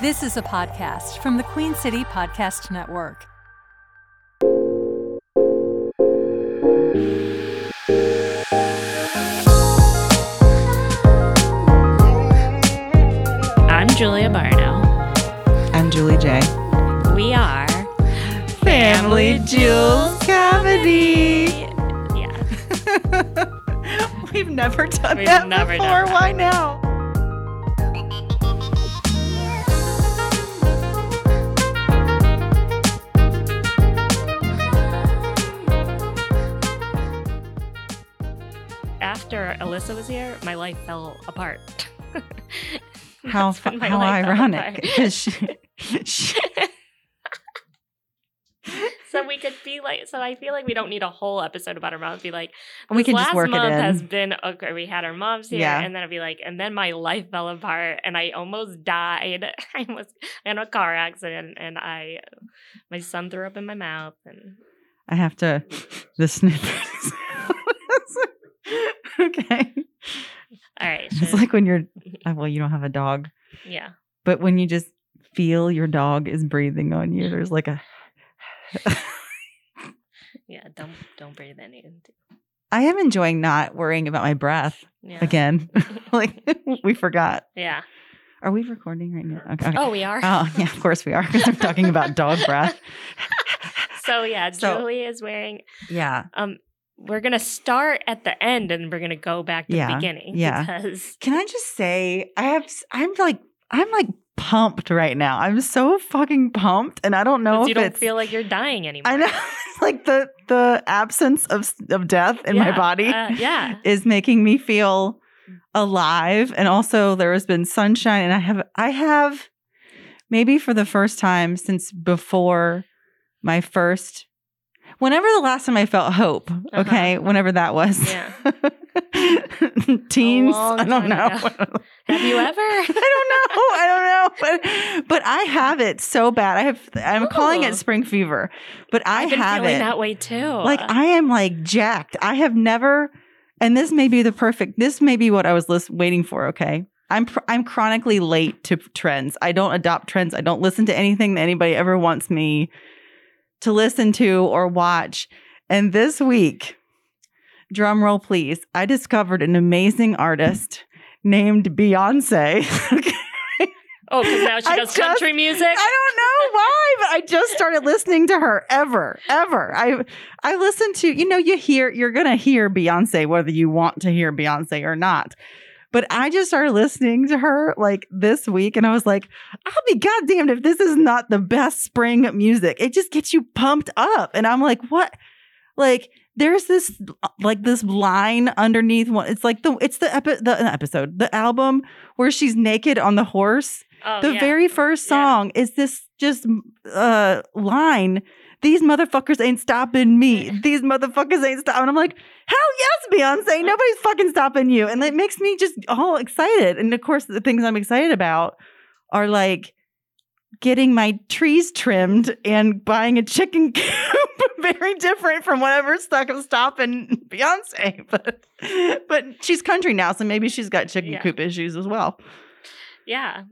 This is a podcast from the Queen City Podcast Network. I'm Julia Barno. I'm Julie J. We are Family Jewels Comedy. Yeah. We've never done We've that never before. done that. Why now? After Alyssa was here, my life fell apart. How That's when fu- my how life fell ironic. apart. 'cause she- she- so we could be like, so I feel like we don't need a whole episode about our moms. Be like, we this can last just work it month in. has been okay. We had our moms here, Yeah. and then I'd be like, and then my life fell apart, and I almost died. I was in a car accident, and I, my son threw up in my mouth, and I have to the snippers. okay. all right, It's should- like when you're uh, well, you don't have a dog, yeah. but when you just feel your dog is breathing on you, there's like a Yeah, don't don't breathe in. in. I am enjoying not worrying about my breath Yeah. again. like we forgot. Yeah. Are we recording right now? Okay. okay. Oh, we are. Oh, yeah, of course we are because we're talking about dog breath. So yeah, So- Julie is wearing. Yeah. Um, we're gonna start at the end and we're gonna go back to the Yeah, beginning. yeah. Because Can I just say I have s- I'm like I'm like pumped right now. I'm so fucking pumped and I don't know because if you don't it's feel like you're dying anymore. I know it's like the the absence of s- of death in Yeah, my body uh, yeah. is making me feel Mm. alive and also there has been sunshine and I have I have maybe for the first time since before my first whenever the last time I felt hope, okay, whenever that was. Uh-huh. Yeah. Teens, long I time don't know. ago. Have you ever? I don't know. I don't know. But but I have it so bad. I have I'm calling Ooh. it spring fever. But I I've been have feeling it. that way too. Like I am like jacked. I have never, and this may be the perfect. This may be what I was list, waiting for. Okay, I'm pr- I'm chronically late to trends. I don't adopt trends. I don't listen to anything that anybody ever wants me to listen to or watch. And this week, drum roll please, I discovered an amazing artist named Beyonce. oh, Okay. because now she I does just- country music. I don't know why, but I just started listening to her ever, ever. I I listen to, you know, you hear you're gonna hear Beyonce whether you want to hear Beyonce or not. But I just started listening to her like this week and I was like, I'll be goddamned if this is not the best spring music. It just gets you pumped up. And I'm like, what? Like there's this like this line underneath one. It's like the it's the epi- the not episode, the album where she's naked on the horse Oh, the yeah. very first Yeah. song is this just uh line these motherfuckers ain't stopping me these motherfuckers ain't stopping i'm like hell yes beyonce nobody's fucking stopping you and it makes me just all excited and of course the things i'm excited about are like getting my trees trimmed and buying a chicken coop very different from whatever's stuck stopping beyonce but but she's country now so maybe she's got chicken Yeah. coop issues as well yeah.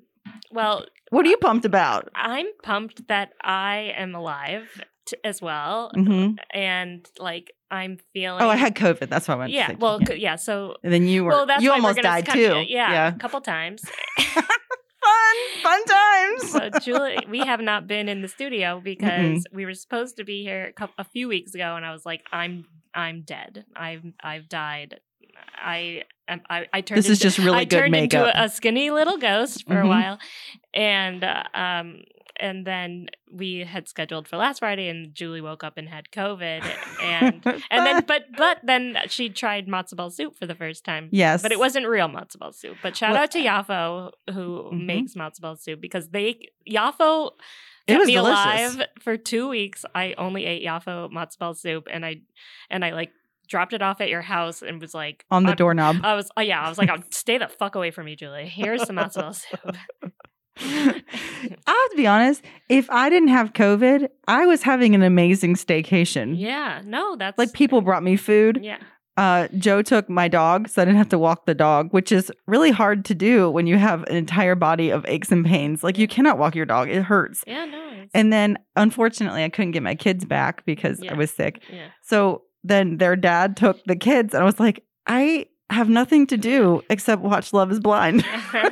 Well, what are you pumped about I'm pumped that I am alive t- as well, hmm and like I'm feeling. Oh, I had COVID. That's why I went. to yeah. say- Well, yeah. c- yeah. So And then you were. well, that's you why we're almost gonna died cut too. you. Yeah, a couple times. Fun, fun times. So Julie, we have not been in the studio because we were supposed to be here a, couple, a few weeks ago, and I was like, I'm I'm dead. I've I've died. I am- I, I turned. This is into, just really I good turned makeup. into a skinny little ghost for a Mhm. while, and uh, um. And then we had scheduled for last Friday, and Julie woke up and had COVID, and and then but but then she tried matzo ball soup for the first time yes, but it wasn't real matzo ball soup. But shout Well- out to Yafo who Mhm. makes matzo ball soup because they Yafo It kept was me delicious. alive for two weeks. I only ate Yafo matzo ball soup, and I and I like dropped it off at your house and was like on the I'm- doorknob. I was oh yeah, I was like, "Oh, stay the fuck away from me, Julie. Here's some matzo ball soup. I'll be honest. If I didn't have COVID, I was having an amazing staycation. yeah, no, that's Like people brought me food. Yeah, uh, Joe took my dog, so I didn't have to walk the dog, which is really hard to do when you have an entire body of aches and pains. Like you cannot walk your dog; it hurts. Yeah, no. it's- And then, unfortunately, I couldn't get my kids back because Yeah. I was sick. yeah. So then their dad took the kids, and I was like, I have nothing to do except watch Love Is Blind. so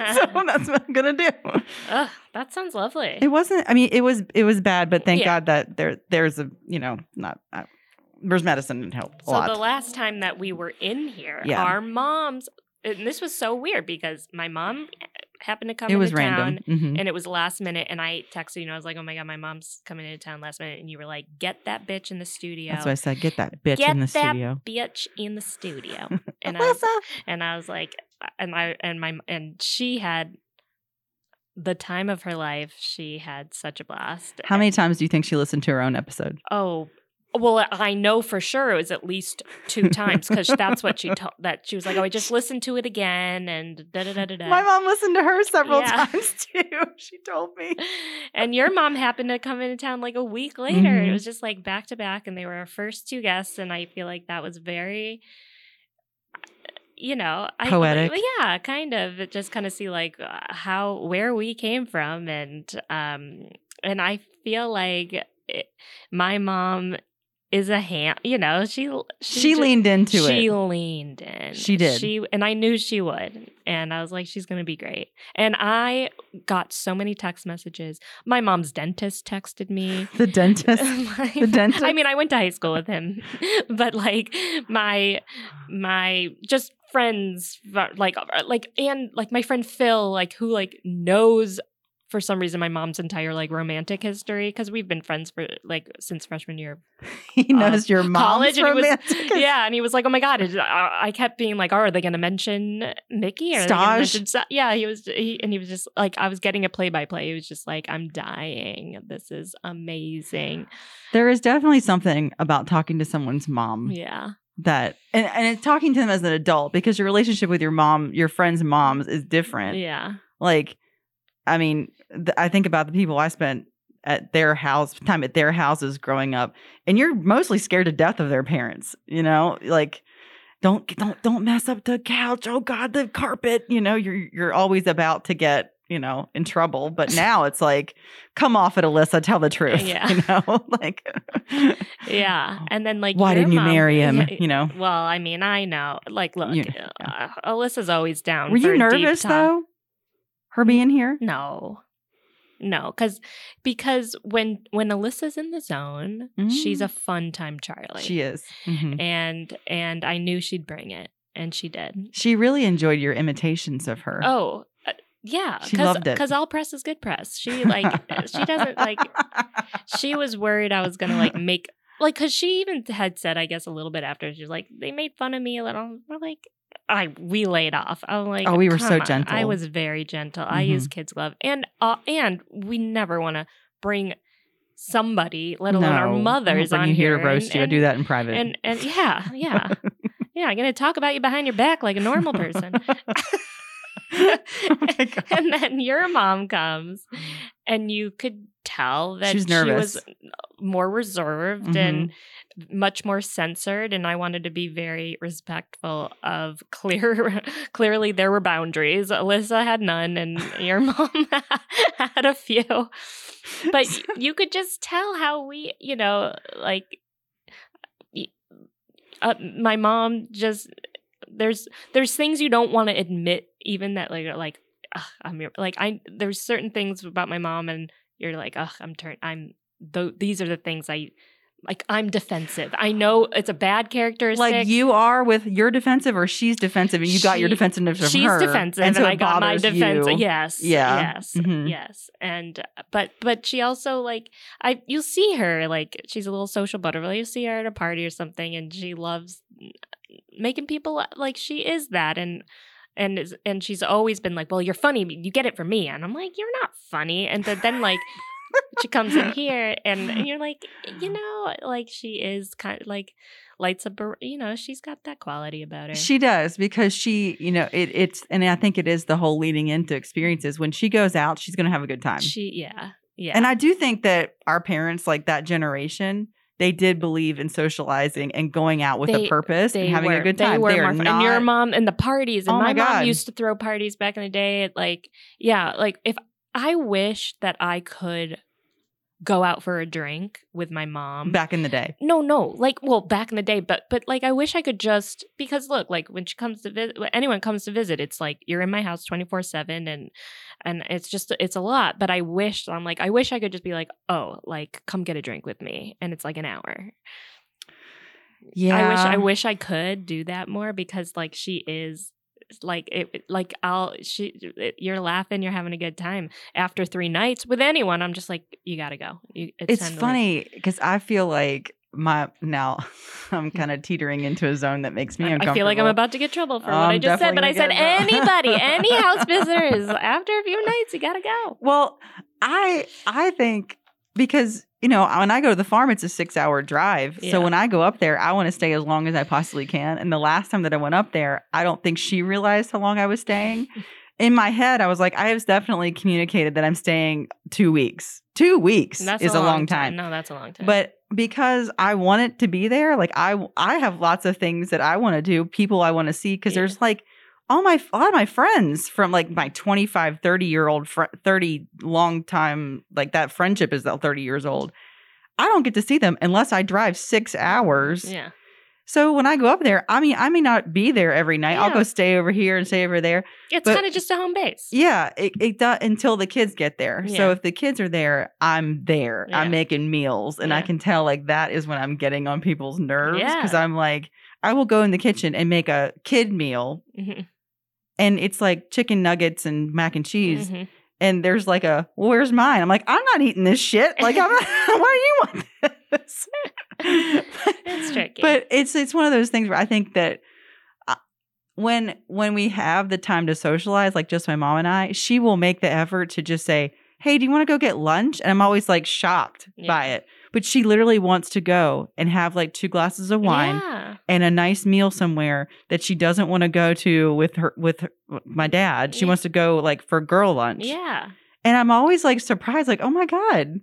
that's what I'm gonna do. Ugh, that sounds lovely. It wasn't. I mean, it was. It was bad, but thank Yeah. God that there. There's a. You know, not. Uh, there's medicine and helped a So lot. the last time that we were in here, Yeah. our moms, and this was so weird because my mom happened to come. it was into town, random. Mhm. and it was last minute. And I texted you, and I was like, "Oh my god, my mom's coming into town last minute." And you were like, "Get that bitch in the studio." That's why I said, get that bitch Get in the that studio. bitch in the studio. and I was, and I was like, uh, and I and my and she had the time of her life. She had such a blast. How many times do you think she listened to her own episode? Oh, well, I know for sure it was at least two times because that's what she told. That she was like, "Oh, I just listened to it again," and da da da da da. My mom listened to her several Yeah. times too. She told me. And your mom happened to come into town like a week later. It Mhm. was just like back to back, and they were our first two guests. And I feel like that was very, you know, I, uh, Poetic. yeah, kind of. It just kind of see like uh, how where we came from, and um, and I feel like it, my mom is a ham. You know, she She, just- leaned into she it. leaned in. She did. She and I knew she would. And I was like, she's gonna be great. And I got so many text messages. My mom's dentist texted me. The dentist. My- The dentist. I mean, I went to high school with him, but like my my just friends, like uh, like and like my friend Phil, like who like knows for some reason my mom's entire like romantic history because we've been friends for like since freshman year of he knows your mom's Uh, college and he was- romantic. yeah, and he was like, "Oh my god!" Is, I, I kept being like, oh, "Are they going to mention Mickey?" Or are they gonna Staj? mention Sta-" yeah, he was, he, and he was just like, I was getting a play by play. He was just like, "I'm dying. This is amazing." There is definitely something about talking to someone's mom Yeah, that, and, and it's talking to them as an adult because your relationship with your mom, your friends' moms, is different. yeah, Like, I mean, th- I think about the people I spent at their house, time at their houses growing up, and you're mostly scared to death of their parents. You know, like don't don't don't mess up the couch. Oh God, the carpet. You know, you're you're always about to get you know in trouble. But now it's like, come off it, Alyssa. Tell the truth. Yeah. You know, like yeah. And then like, oh, why your didn't you mom- marry him? Yeah, You know. well, I mean, I know. Like, look, You- uh, Alyssa's always down. Were for you a deep nervous talk. though? Her being here? No. No, because because when when Alyssa's in the zone, she's Mm. a fun time Charlie. She is. Mhm. and and I knew she'd bring it, and she did. She really enjoyed your imitations of her. Oh, uh, yeah, She loved it. because all press is good press. She like she doesn't like. She was worried I was gonna like make like because she even had said I guess a little bit after she was like they made fun of me a little. We're like I we laid off. I'm like Oh, we were so "Come on." I gentle. was very gentle. I Mhm. use kids glove and uh, and we never want to bring somebody, let alone our No, mothers, we'll bring on you here here to roast and- you. and- do that in private. and and yeah, yeah, yeah. I'm gonna talk about you behind your back like a normal person. Oh my God. and then your mom comes, and you could tell that She was nervous. Mm-hmm. she was more reserved and much more censored. And I wanted to be very respectful of clear. clearly, there were boundaries. Alyssa had none, and your mom had a few. But y- you could just tell how we, you know, like y- uh, my mom just there's there's things you don't want to admit even that like you're like "Ugh, I'm your, like I there's certain things about my mom and you're like ugh I'm turned I'm th- these are the things I like I'm defensive I know it's a bad characteristic like you are with your defensive or she's defensive and you got your She- defensiveness from she's her. defensive and, so it I got my bothers defense you. yes Yeah. yes Mhm. yes and uh, but but she also like I you'll see her like she's a little social butterfly you see her at a party or something and she loves making people like she is that and and is, and she's always been like well you're funny but you get it from me and I'm like you're not funny and but then like she comes in here and, and you're like you know like she is kind of like lights up a- you know she's got that quality about her She does because she, you know, it, it's, and I think it is the whole leading into experiences. When she goes out, she's going to have a good time. she yeah yeah And I do think that our parents, like that generation, they did believe in socializing and going out with They- a purpose and They having were, a good they time. were are more fun. And your mom and the parties. And Oh my, my mom God. used to throw parties back in the day. At like, yeah, like if I wish that I could go out for a drink with my mom. back in the day. no, no, like well, back in the day, but but like I wish I could just because look, like when she comes to visit, when anyone comes to visit, it's like you're in my house twenty four seven, and and it's just it's a lot. But I wish I'm like I wish I could just be like, oh, like come get a drink with me, and it's like an hour, Yeah. I wish I wish I could do that more because like she is like it like I'll she it, you're laughing you're having a good time after three nights with anyone I'm just like you gotta go you, It's time to leave. funny because I feel like my now I'm kind of teetering into a zone that makes me Mm. I uncomfortable. I feel like I'm about to get trouble for what I I'm just said but I definitely said gonna get in trouble. anybody any house visitors after a few nights you gotta go Well, I I think because you know when I go to the farm, it's a six hour drive. Yeah. So when I go up there, I want to stay as long as I possibly can. And the last time that I went up there, I don't think she realized how long I was staying. In my head, I was like, I have definitely communicated that I'm staying two weeks. Two weeks And that's is a long, time. no that's a long time But because I want it to be there, like I I have lots of things that I want to do, people I want to see cuz Yeah. there's like all my a lot of my friends from like my 25 30 year old fr- 30 long time like that friendship is that 30 years old. I don't get to see them unless I drive 6 hours. yeah So when I go up there, I mean I may not be there every night. I'll Yeah. go stay over here and stay over there. it's but- kind of just a home base Yeah, it, it does until the kids get there. Yeah. So if the kids are there, I'm there. Yeah. I'm making meals, and I Yeah. can tell like that is when I'm getting on people's nerves Yeah. because I'm like, I will go in the kitchen and make a kid meal, Mhm. and it's like chicken nuggets and mac and cheese, Mhm. and there's like a, well, where's mine? I'm like, I'm not eating this shit. Like, I'm not, why do you want this? It's tricky. But it's it's one of those things where I think that uh, when when we have the time to socialize, like just my mom and I, she will make the effort to just say, "Hey, do you want to go get lunch?" And I'm always like shocked Yeah. by it. But she literally wants to go and have like two glasses of wine yeah. and a nice meal somewhere that she doesn't want to go to with her with her, my dad. She Yeah. wants to go like for girl lunch. yeah And I'm always like surprised, like, oh my God.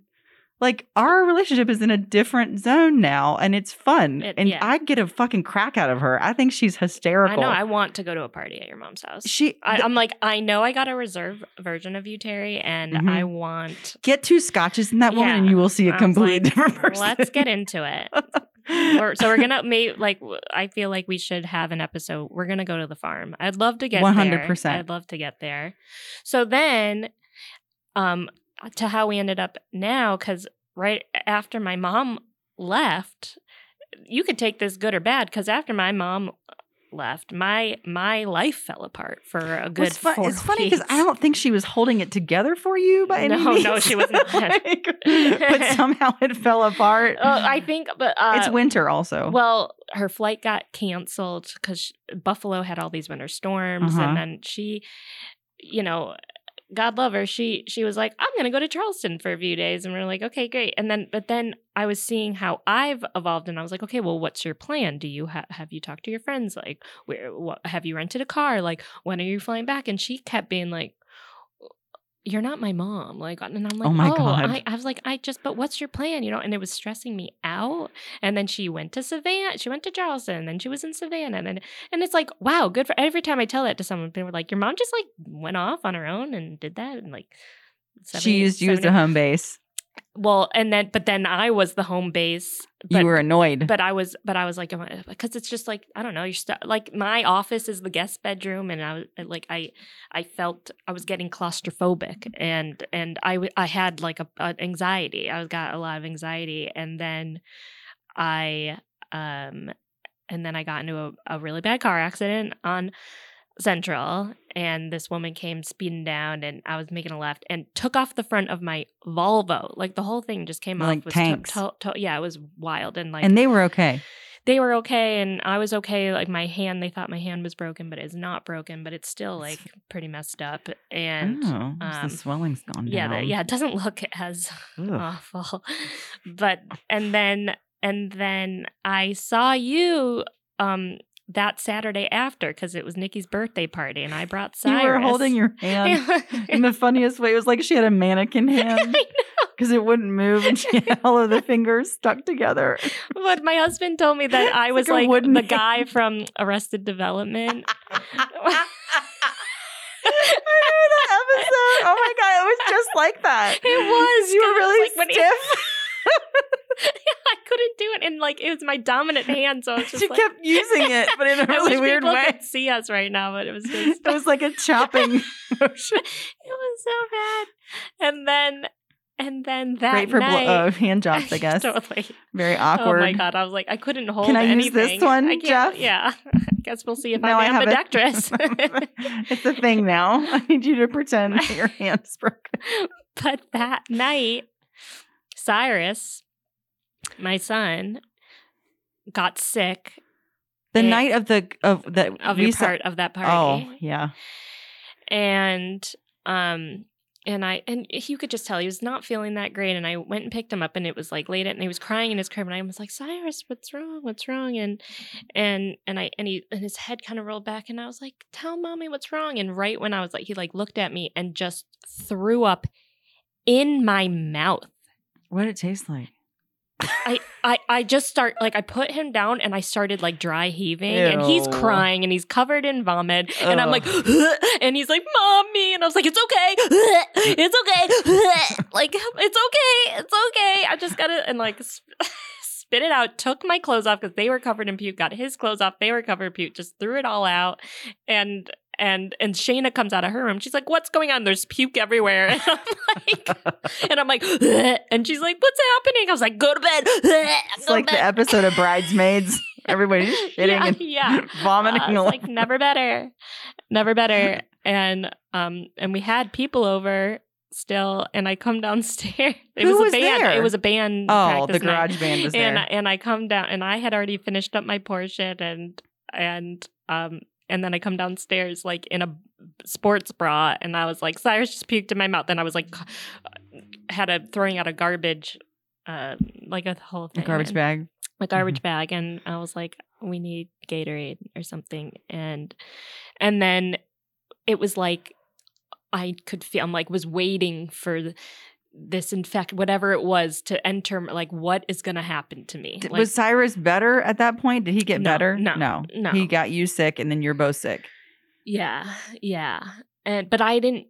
Like our relationship is in a different zone now and it's fun. It- and yeah. I get a fucking crack out of her. I think she's I hysterical. know I want to go to a party at your mom's house she I, th- I'm like, I know I got a reserve version of you, Terry, and Mhm. I want. get two scotches in that woman Yeah. and you will see I a was completely like, different person. Let's get into it. Or, so we're gonna maybe like w- I feel like we should have an episode. We're gonna go to the farm. I'd love to get there. 100%. I'd love to get there. So then, um, to how we ended up now, because right after my mom left, you could take this good or bad. Because after my mom left, my my life fell apart for a good. Well, it's, fu- four it's funny because I weeks. don't think she was holding it together for you by any No, means. no, she was not. Like, but somehow it fell apart. Oh, I think, but uh, it's winter also. Well, her flight got canceled because Buffalo had all these winter storms, Uh-huh. and then she, you know, God love her, she she was like, "I'm gonna go to Charleston for a few days," and we are like, "Okay, great." And then, but then I was seeing how I've evolved, and I was like, "Okay, well, what's your plan? Do you ha- have you talked to your friends? Like, where what, have you rented a car? Like, when are you flying back?" And she kept being like. "Oh, You're not my mom, like, and I'm like, Oh my oh God. I, I was like, I just, but what's your plan, you know? And it was stressing me out. And then she went to Savannah. She went to Charleston. And then she was in Savannah. And then, and it's like, wow, good for every time I tell that to someone, they were like, your mom just like went off on her own and did that. And like, she 70 used you as a 70 home base. well, and then, but then I was the home base. But, you were annoyed. but I was, but I was like, because it's just like I don't know. You're stu like my office is the guest bedroom, and I was like, I, I felt I was getting claustrophobic, and and I w- I had like a, a anxiety. I was got a lot of anxiety, and then I um, and then I got into a, a really bad car accident on Central, and this woman came speeding down, and I was making a left and took off the front of my Volvo. Like the whole thing just came Like off. was tanks. to- to- yeah, it was wild, and like and they were okay. they were okay and I was okay. Like my hand, they thought my hand was broken, but it's not broken, but it's still like pretty messed up. And oh, so um, the swelling's gone yeah, down. the, yeah, it doesn't look as Ugh. awful. But and then and then I saw you um that Saturday after because it was Nikki's birthday party and I brought You Cyrus. were holding your hand in the funniest way. It was like she had a mannequin hand. because it wouldn't move and she had all of the fingers stuck together. But my husband told me that I was like a like, wooden the hand. guy from Arrested Development. I remember that episode. Oh my god, it was just like that. It was, You 'cause it was were really like when he- stiff. I couldn't do it, and like it was my dominant hand, so I was just she like, kept using it, but in a I really wish weird people way. could see us right now, but it was just It was like a chopping motion. it was so bad. And then and then that Great for blo- night, uh, hand jobs, I guess. totally. Very Oh awkward. my god, I was like, I couldn't hold. I use anything. this one, I can't- Jeff? Yeah, I guess we'll see if Now I I'm have it. ambidextrous. it's a thing now. I need you to pretend that your hand's broken. but that night, Cyrus, my son, got sick The Eh, night of the of the of we your saw- part of that party. Oh yeah, and um and I and you could just tell he was not feeling that great. And I went and picked him up, and it was like late at, and he was crying in his crib. And I was like, "Cyrus, what's wrong? What's wrong?" And and and I and he and his head kind of rolled back, and I was like, "Tell mommy what's wrong." And right when I was like, he like looked at me and just threw up in my mouth. what did it taste like? I, I I just start like I put him down and I started like dry heaving and he's Ew. crying and he's covered in vomit and I'm like and he's like mommy and I was like it's okay it's okay like it's okay it's okay I just gotta and like sp- spit it out took my clothes off because they were covered in puke got his clothes off they were covered in puke just threw it all out and and and Shayna comes out of her room she's like what's going on there's puke everywhere and I'm like and I'm like, "Ugh," and she's like, what's happening? I was like, go to bed. Ugh, It's go like to the bed." episode of Bridesmaids. Everybody's shitting yeah, and yeah. vomiting. Uh, it's all- like never better, never better. And um, and we had people over still, and I come downstairs. It Who was, was a band. there? It was a band. oh, the practice night. garage band was there. And I- and I come down, and I had already finished up my portion, and and um. And then I come downstairs like in a sports bra, and I was like, Cyrus just puked in my mouth. And I was like, had a throwing out a garbage, uh, like a whole a thing. garbage and- bag. a garbage bag and I was like we need Gatorade or something and and then it was like I could feel I'm like was waiting for th- this infect whatever it was to enter like what is going to happen to me D- like, was Cyrus better at that point? Did he get No, better? no, no, no. He got you sick, and then you're both sick. yeah yeah and but I didn't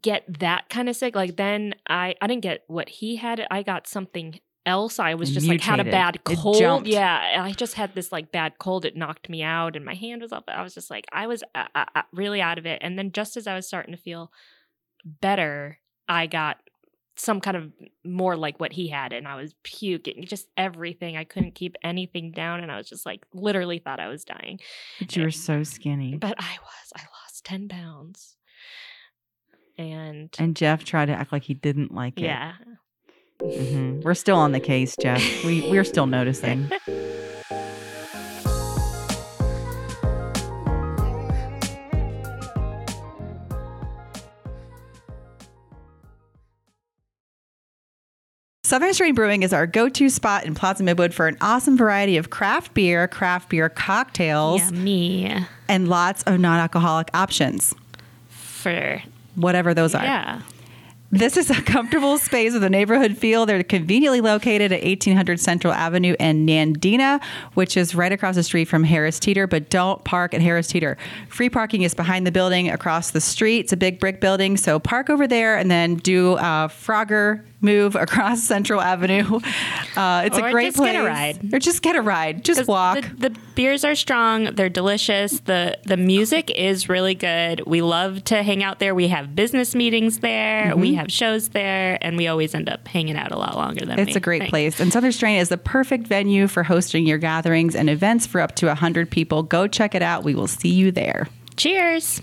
get that kind of sick like then I I didn't get what he had I got something else I was just like had a Mutated. bad It cold jumped. yeah I just had this like bad cold it knocked me out and my hand was up I was just like I was uh, uh, uh, really out of it and then just as I was starting to feel better I got some kind of more like what he had and I was puking just everything I couldn't keep anything down and I was just like literally thought I was dying But you were so skinny. Eh, but I was. I lost 10 pounds. And, And Jeff tried to act like he didn't like it. yeah. hmm We're still on the case, Jeff. We we're still noticing. Southern Street Brewing is our go-to spot in Plaza Midwood for an awesome variety of craft beer, craft beer cocktails, me and lots of non-alcoholic options, for. whatever those are. Yeah. This is a comfortable space with a neighborhood feel. They're conveniently located at 1800 Central Avenue and Nandina, which is right across the street from Harris Teeter, but don't park at Harris Teeter. Free parking is behind the building across the street. It's a big brick building, so park over there and then do a Frogger move across Central Avenue. Uh, it's Or a great just place. get a ride. Or just get a ride. Just walk. The, the beers are strong. They're delicious. the The music is really good. We love to hang out there. We have business meetings there. Mm-hmm. We have shows there, and we always end up hanging out a lot longer than It's we a great think. place. And Southern Strain is the perfect venue for hosting your gatherings and events for up to 100 people. Go check it out. We will see you there. Cheers.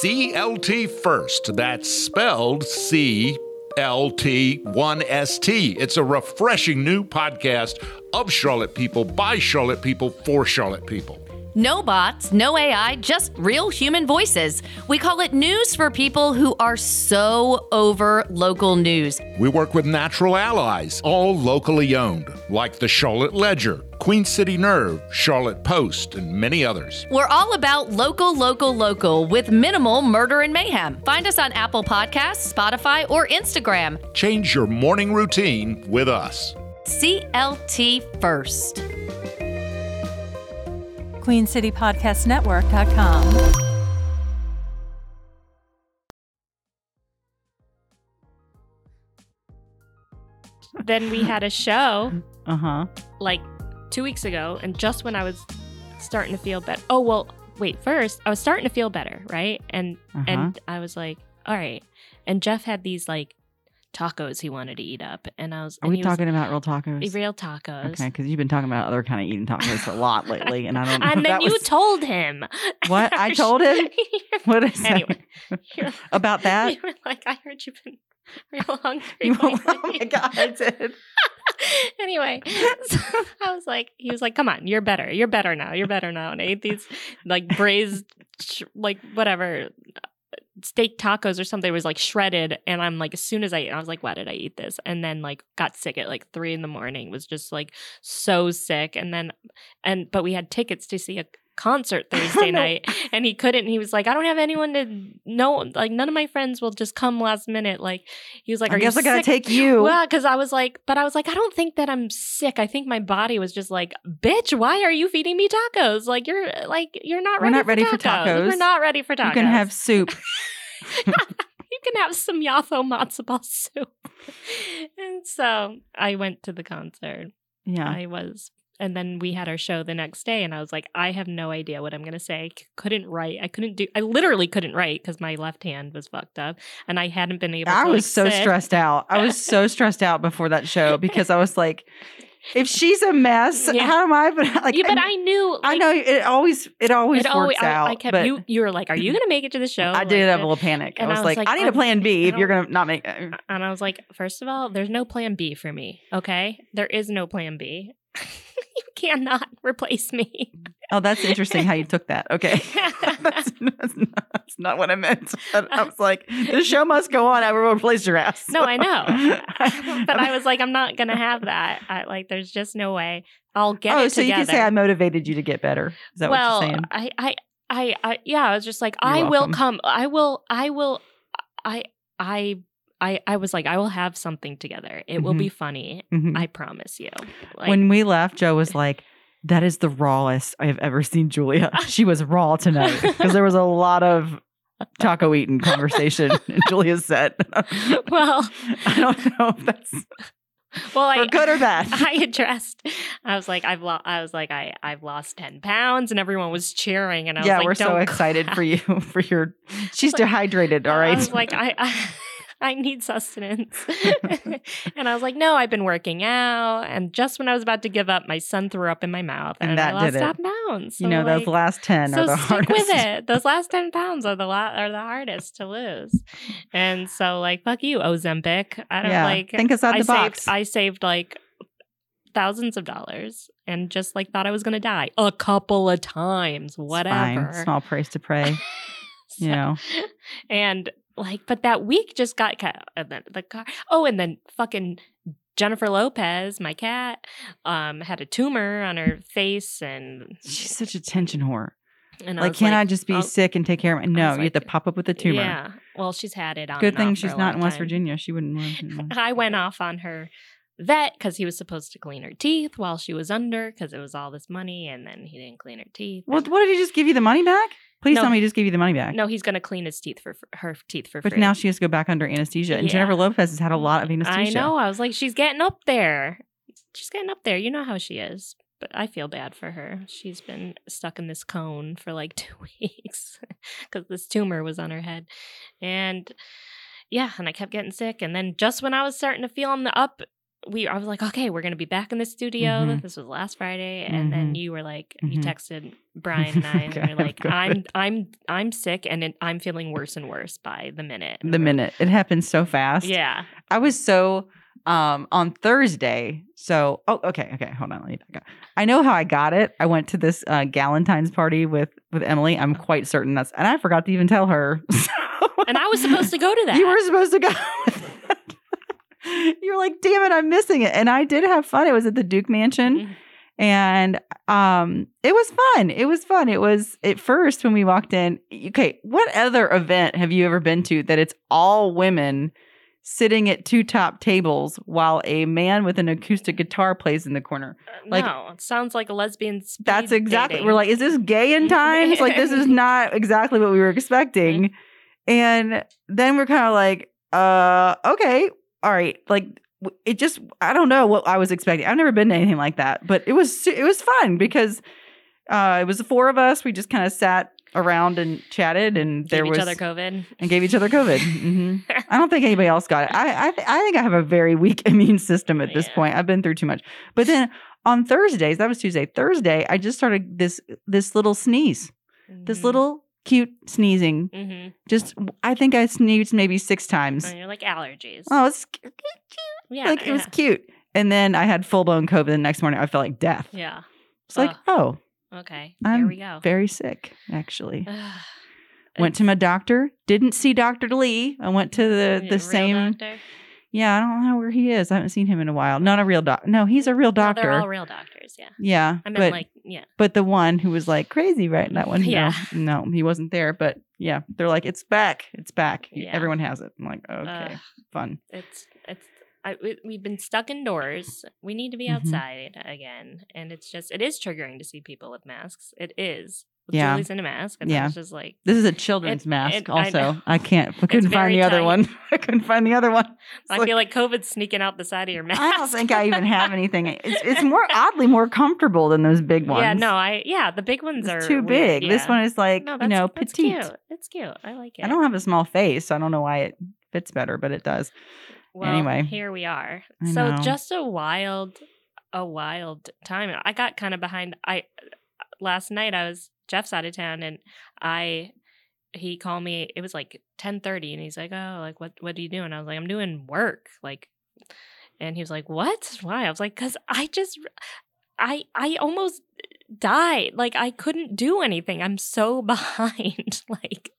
CLT first. That's spelled C L T 1 S T. It's a refreshing new podcast of Charlotte people by Charlotte people for Charlotte people. No bots, no AI, just real human voices. We call it news for people who are so over local news. We work with natural allies, all locally owned, like the Charlotte Ledger, Queen City Nerve, Charlotte Post, and many others. We're all about local, local, local with minimal murder and mayhem. Find us on Apple Podcasts, Spotify, or Instagram. Change your morning routine with us. CLT first. QueenCityPodcastNetwork.com. Then we had a show Uh huh. like two weeks ago, and just when I was starting to feel better. Oh well, wait. First, I was starting to feel better, right? And Uh-huh. and I was like, all right. And Jeff had these like tacos he wanted to eat up, and I was. Are and we he talking about real tacos? was, real tacos? Okay, because you've been talking about other kind of eating tacos a lot lately, and I don't. know if And then that you was- told him. What? I told him? What is that? Anyway, you're- about that? You were like, I heard you've been real hungry. You won't- oh lately." my god, I did. anyway, so I was like, he was like, come on, you're better. You're better now. You're better now. And I ate these like braised, sh- like whatever, uh, steak tacos or something It was like shredded. And I'm like, as soon as I, I was like, why did I eat this? And then like got sick at like three in the morning, was just like so sick. And then, and, but we had tickets to see a, concert Thursday Oh, No. night and he couldn't he was like I don't have anyone to know like none of my friends will just come last minute like he was like I are guess you I gotta sick? take you. Well, because I was like, but I was like, I don't think that I'm sick. I think my body was just like, bitch, why are you feeding me tacos? Like you're like you're not We're ready. not ready for for tacos. We're tacos. not ready for tacos. you can have soup. you can have some yatho matzo ball soup. and so I went to the concert. Yeah. I was. And then we had our show the next day, and I was like, I have no idea what I'm going to say. C- couldn't write. I couldn't do, I literally couldn't write because my left hand was fucked up and I hadn't been able to. I like, was so sit. stressed out. I was so stressed out before that show because I was like, if she's a mess, Yeah. how am I? But like, yeah, but and I knew. I like, know it always, it always It works always- I- out. I kept but you. You were like, "Are you gonna make it to the show?" I Like, did have a uh, little panic. I and was, like, I need a I'm- plan B I if you're don't- gonna not make. uh, And I was like, first of all, there's no plan B for me. Okay, there is no plan B. you cannot replace me. Oh, that's interesting how you took that. Okay. that's, that's not, that's not what I meant. But I was like, the show must go on. I will replace your ass. No, I Mm-hmm. know, but I was like, I'm not gonna have that. I, like, there's just no way. I'll get. oh, it so you can say together. I motivated you to get better. Is that well, what you're saying? I, I, I, I, yeah, I was just like, You're I will welcome. come. I will, I will, I, I, I, I was like, I will have something together. It will Mhm. be funny. Mhm. I promise you. Like, when we left, Joe was like, that is the rawest I have ever seen Julia. She was raw tonight because there was a lot of taco eating conversation in Julia's set. well, I don't know if that's well, for I, good or bad. I addressed. I was like, I've lost. I was like, I, I've lost ten pounds, and everyone was cheering. And I was yeah, like, we're Don't so excited for you for your. She's like- dehydrated. All right. I was like, I. I I need sustenance. and I was like, no, I've been working out. And just when I was about to give up, my son threw up in my mouth and, And I that lost did it. 10 pounds. you know, like, those last 10 so are the stick hardest. with it. Those last 10 pounds are the la- are the hardest to lose. And so like, fuck you, Ozempic. I don't yeah. like Think outside I the saved, box. I saved like thousands of dollars and just like thought I was gonna die a couple of times, It's fine. whatever. Small price to pray. So- You know, and like, but that week just got cut. And then the car. Oh, and then fucking Jennifer Lopez, my cat, um, had a tumor on her face, and she's such a tension whore. and I like, was can't I just be oh, sick and take care of my? No, was you have to like, pop up with a tumor. Yeah. Well, she's had it on. Good and off thing for she's a long not in West time. Virginia. She wouldn't. want- I went off on her vet because he was supposed to clean her teeth while she was under because it was all this money, and then he didn't clean her teeth. Well, what did he just give you the money back? Please No. tell me he just gave you the money back. No, he's gonna clean his teeth for, for her teeth for But free. now she has to go back under anesthesia. And Yeah. Jennifer Lopez has had a lot of I anesthesia. know. I was like, she's getting up there. She's getting up there. You know how she is. But I feel bad for her. She's been stuck in this cone for like two weeks because this tumor was on her head. And yeah, and I kept getting sick. And then just when I was starting to feel on the up, we I was like, okay, we're gonna be back in the studio. Mhm. This was last Friday, and Mm-hmm. then you were like, you Mhm. texted Brian and I, and Okay, you're like, I'm I'm I'm I'm sick, and it, I'm feeling worse and worse by the minute. The minute it happened so fast. yeah, I was so um, on Thursday. So, oh, okay, okay, hold on, let me back up. I know how I got it. I went to this uh, Galentine's party with with Emily. I'm quite certain that's, and I forgot to even tell her. So- And I was supposed to go to that. you were supposed to go. You're like, damn it, I'm missing it. And I did have fun. It was at the Duke Mansion. Mhm. And um it was fun. It was fun. It was at first when we walked in. Okay, what other event have you ever been to that it's all women sitting at two top tables while a man with an acoustic guitar plays in the corner? like- Mm-hmm. no, it sounds like a lesbian. speed That's exactly. dating. We're like, is this gay in times? like, this is not exactly what we were expecting. Mm-hmm. And then we're kind of like, uh, okay, all right. Like, w- it just, I don't know what I was expecting. I've never been to anything like that, but it was, su- it was fun because uh, it was the four of us. We just kind of sat around and chatted, and Gave there each was other COVID. and gave each other COVID. hmm I don't think anybody else got it. I I, th- I think I have a very weak immune system at this Yeah. point. I've been through too much. But then on Thursdays, that was Tuesday. Thursday, I just started this this little sneeze, Mm-hmm. this little cute sneezing. hmm Just I think I sneezed maybe six times. And you're like allergies. Oh, it's yeah, like it was yeah. cute. And then I had full blown COVID. The next morning, I felt like death. Yeah. It's like Ugh. oh, Okay. I'm Here we go. very sick actually. Ugh. Went to my doctor. Didn't see Doctor Lee. I went to the Is it a the real same. doctor? Oh, Yeah, I don't know where he is. I haven't seen him in a while. Not a real doc. No, he's a real No, doctor. they're all real doctors. Yeah. yeah, I meant but like yeah. but the one who was like crazy, right? That one. Yeah. Yeah. No, he wasn't there. But yeah, they're like, it's back, it's back. E, Yeah. Everyone has it. I'm like, okay, Ugh. fun. uh, It's it's. I, we, we've been stuck indoors. We need to be Mhm. outside again, and it's just it is triggering to see people with masks. It is. Yeah. Julie's in a mask, and Yeah. I was just like, This is a children's It- mask. it- I also, know. I, can't. I couldn't very find the other tight. one. I couldn't find the other one. It's I like- feel like COVID's sneaking out the side of your mask. I don't think I even have anything. It's, it's more oddly more comfortable than those big ones. Yeah, no, I yeah, the big ones it's are too weird, big. This yeah. one is like no, you that's, know that's petite. Cute. It's cute. I like it. I don't have a small face, so I don't know why it fits better, but it does. Well, Anyway. here we are. I so know. just a wild, a wild time. I got kind of behind. I last night I was Jeff's out of town, and I he called me. It was like ten thirty, and he's like, "Oh, like what? What are you doing?" I was like, "I'm doing work." Like, and he was like, "What? Why?" I was like, "Cause I just." I I almost died. Like I couldn't do anything. I'm so behind. like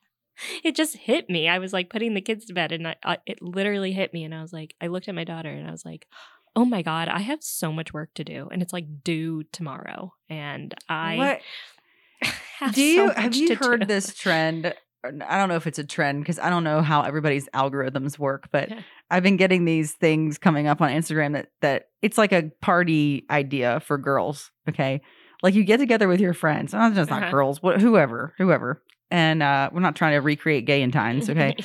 it just hit me. I was like putting the kids to bed, and I, I, it literally hit me. And I was like, I looked at my daughter, and I was like, Oh my god, I have so much work to do, and it's like due tomorrow, and I have do you so much have you to heard do. this trend? Or n- I don't know if it's a trend because I don't know how everybody's algorithms work, but Yeah. I've been getting these things coming up on Instagram that that it's like a party idea for girls. Okay, like you get together with your friends, not just not Uh-huh. girls, wh- whoever, whoever, and uh, we're not trying to recreate gay in times. Okay,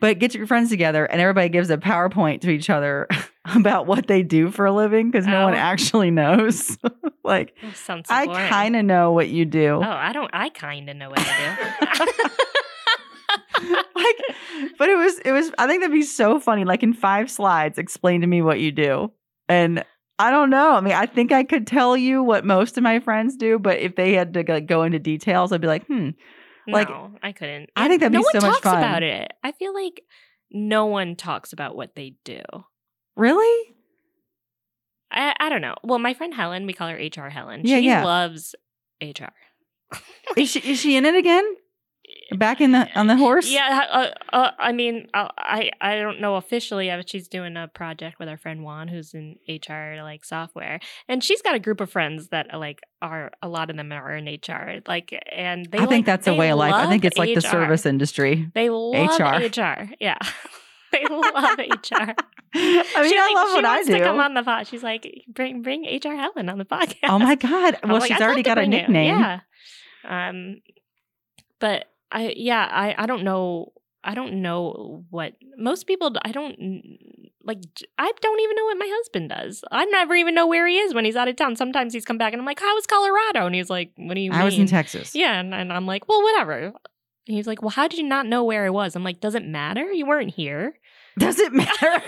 but get your friends together and everybody gives a PowerPoint to each other about what they do for a living because no one Oh. actually knows. like That sounds so I boring. kind of know what you do. Oh, I don't. I kind of know what I do. like but it was it was i think that'd be so funny like in five slides explain to me what you do and i don't know i mean i think i could tell you what most of my friends do but if they had to like, go into details i'd be like hmm Like- no, I couldn't. I think that'd no be so one much talks fun. about it. I feel like no one talks about what they do. really I, I don't know. Well, my friend Helen, we call her HR Helen. Yeah, she yeah. loves HR. is she is she in it again back in the on the horse Yeah, uh, uh, I mean, I, I I don't know officially, uh, but she's doing a project with our friend Juan, who's in HR like software, and she's got a group of friends that are, like are a lot of them are in HR, like, and they i think like- that's a they way of life i think love it's like the HR. service industry They love HR. HR. Yeah. They love HR. i mean She, i like, love she what i wants do To come on the pod. She's like, bring bring HR Helen on the podcast. oh my god I'm well like, she's "I'd love already to got a bring you." nickname Yeah. Um, but I yeah I I don't know I don't know what most people d- I don't n- like j- I don't even know what my husband does. I never even know where he is when he's out of town. Sometimes he's come back and I'm like, how was Colorado? And he's like, what do you mean? i was in texas Yeah, and, and I'm like, well, whatever. And he's like, well, how did you not know where I was? I'm like, does it matter? You weren't here. does it matter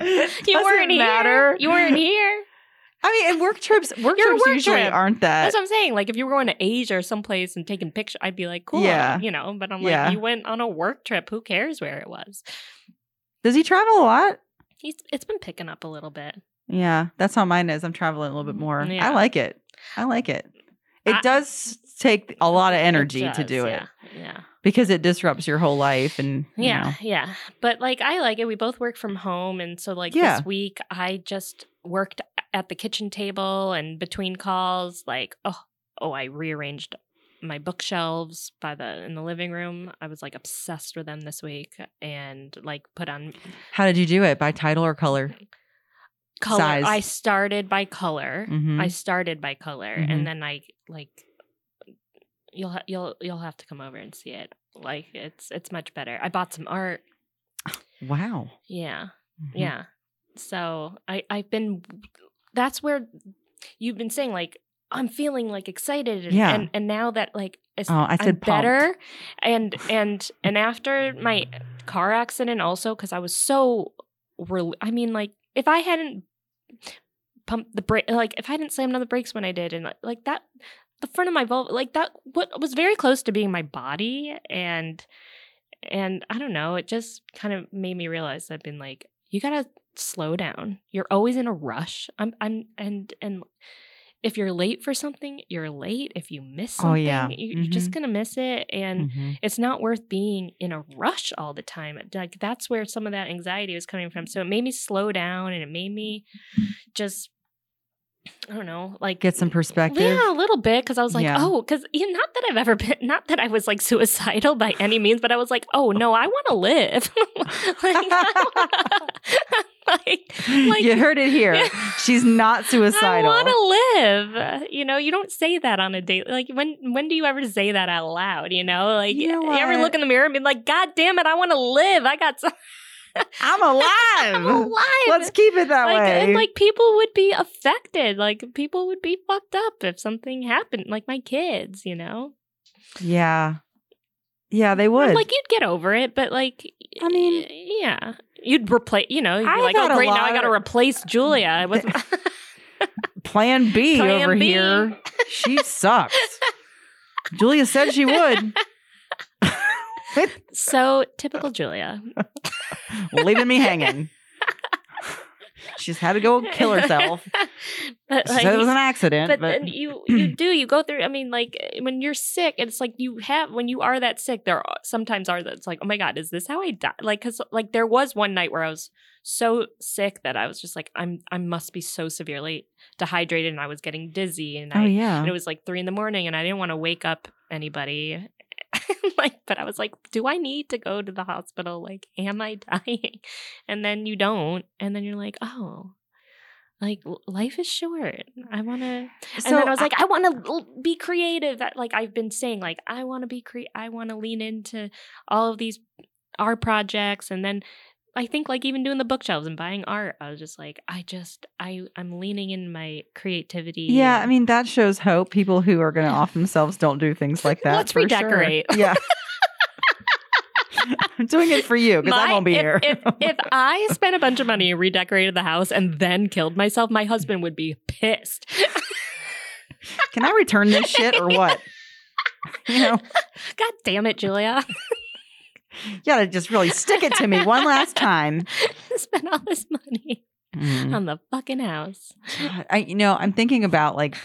you You weren't here. You weren't here. I mean, and work trips, work Your trips work usually trip. aren't that. That's what I'm saying. Like if you were going to Asia or someplace and taking pictures, I'd be like, cool, Yeah. you know. But I'm Yeah. like, you went on a work trip. Who cares where it was? Does he travel a lot? He's, it's been picking up a little bit. Yeah, that's how mine is. I'm traveling a little bit more. Mm, Yeah. I like it. I like it. It I- does take a lot of energy to does, do it Yeah. Yeah. because it disrupts your whole life and you Yeah, know. yeah. But like I like it. We both work from home and so like Yeah. this week I just worked at the kitchen table and between calls like oh oh I rearranged my bookshelves by the in the living room. I was like obsessed with them this week and like put on How did you do it? By title or color? color. Size. I started by color. Mhm. I started by color Mhm. and then I like you'll ha- you'll you'll have to come over and see it. Like it's it's much better. I bought some art. Wow. Yeah. Mhm. Yeah. So I I've been that's where you've been saying like I'm feeling like excited and Yeah. and, and now that like it's, Oh, I I'm said pumped. better and and and after my car accident also cuz I was so rel- I mean like if I hadn't pumped the brake like if I didn't slam on the brakes when I did and like, like that the front of my vulva like that what was very close to being my body and and I don't know it just kind of made me realize I've been like you gotta slow down you're always in a rush I'm I'm and and if you're late for something you're late if you miss Oh, something yeah. you, you're just Mhm. gonna miss it and Mhm. it's not worth being in a rush all the time. Like that's where some of that anxiety was coming from. So it made me slow down and it made me just I don't know, like Get some perspective. yeah, a little bit because I was like, Yeah. oh, because not that I've ever been, not that I was like suicidal by any means, but I was like, oh no, I want to live. like, I wanna- like, like- you heard it here. Yeah. She's not I suicidal. want to live. You know, you don't say that on a date. Like when when do you ever say that out loud? You know, like You you, know ever what? look in the mirror and be like, "God damn it, I want to live. I got some, I'm alive. I'm alive." Let's keep it that like, way. and like people would be affected. Like people would be fucked up if something happened. Like my kids, you know. yeah. Yeah, they I'm would. Like you'd get over it, but like I mean- y- yeah, you'd replace. You know, you'd be I like, thought a "Oh, great, now lot I got to of- replace Julia with." Plan B Plan over B. here. She sucks. Julia said she would, so typical Julia. leaving me hanging. She's had to go kill herself. but She like, said it was an accident, but but, then you you do you go through. I mean, like when you're sick, it's like you have when you are that sick. There are, sometimes are that's like, oh my god, is this how I die? Like because like there was one night where I was so sick that I was just like, I'm I must be so severely dehydrated, and I was getting dizzy, and oh I yeah, and it was like three in the morning, and I didn't want to wake up anybody. like, but I was like, do I need to go to the hospital? Like, am I dying? And then you don't, and then you're like, oh, like l- life is short. I want to. and then I was like, I want to be creative. That- Like I've been saying, like I want to be cre. I want to lean into all of these our projects, and then. I think like even doing the bookshelves and buying art, I was just like, I just I I'm leaning in my creativity. yeah. and- I mean, that shows hope. People who are going to off themselves don't do things like that. Let's for sure. redecorate. Yeah, I'm doing it for you because I My- won't be if, here. if, if I spent a bunch of money and redecorated the house and then killed myself, my husband would be pissed. Can I return this shit or what? You know, God damn it, Julia. you gotta just really stick it to me one last time. Spent all this money Hmm. on the fucking house. God, I, you know, I'm thinking about like,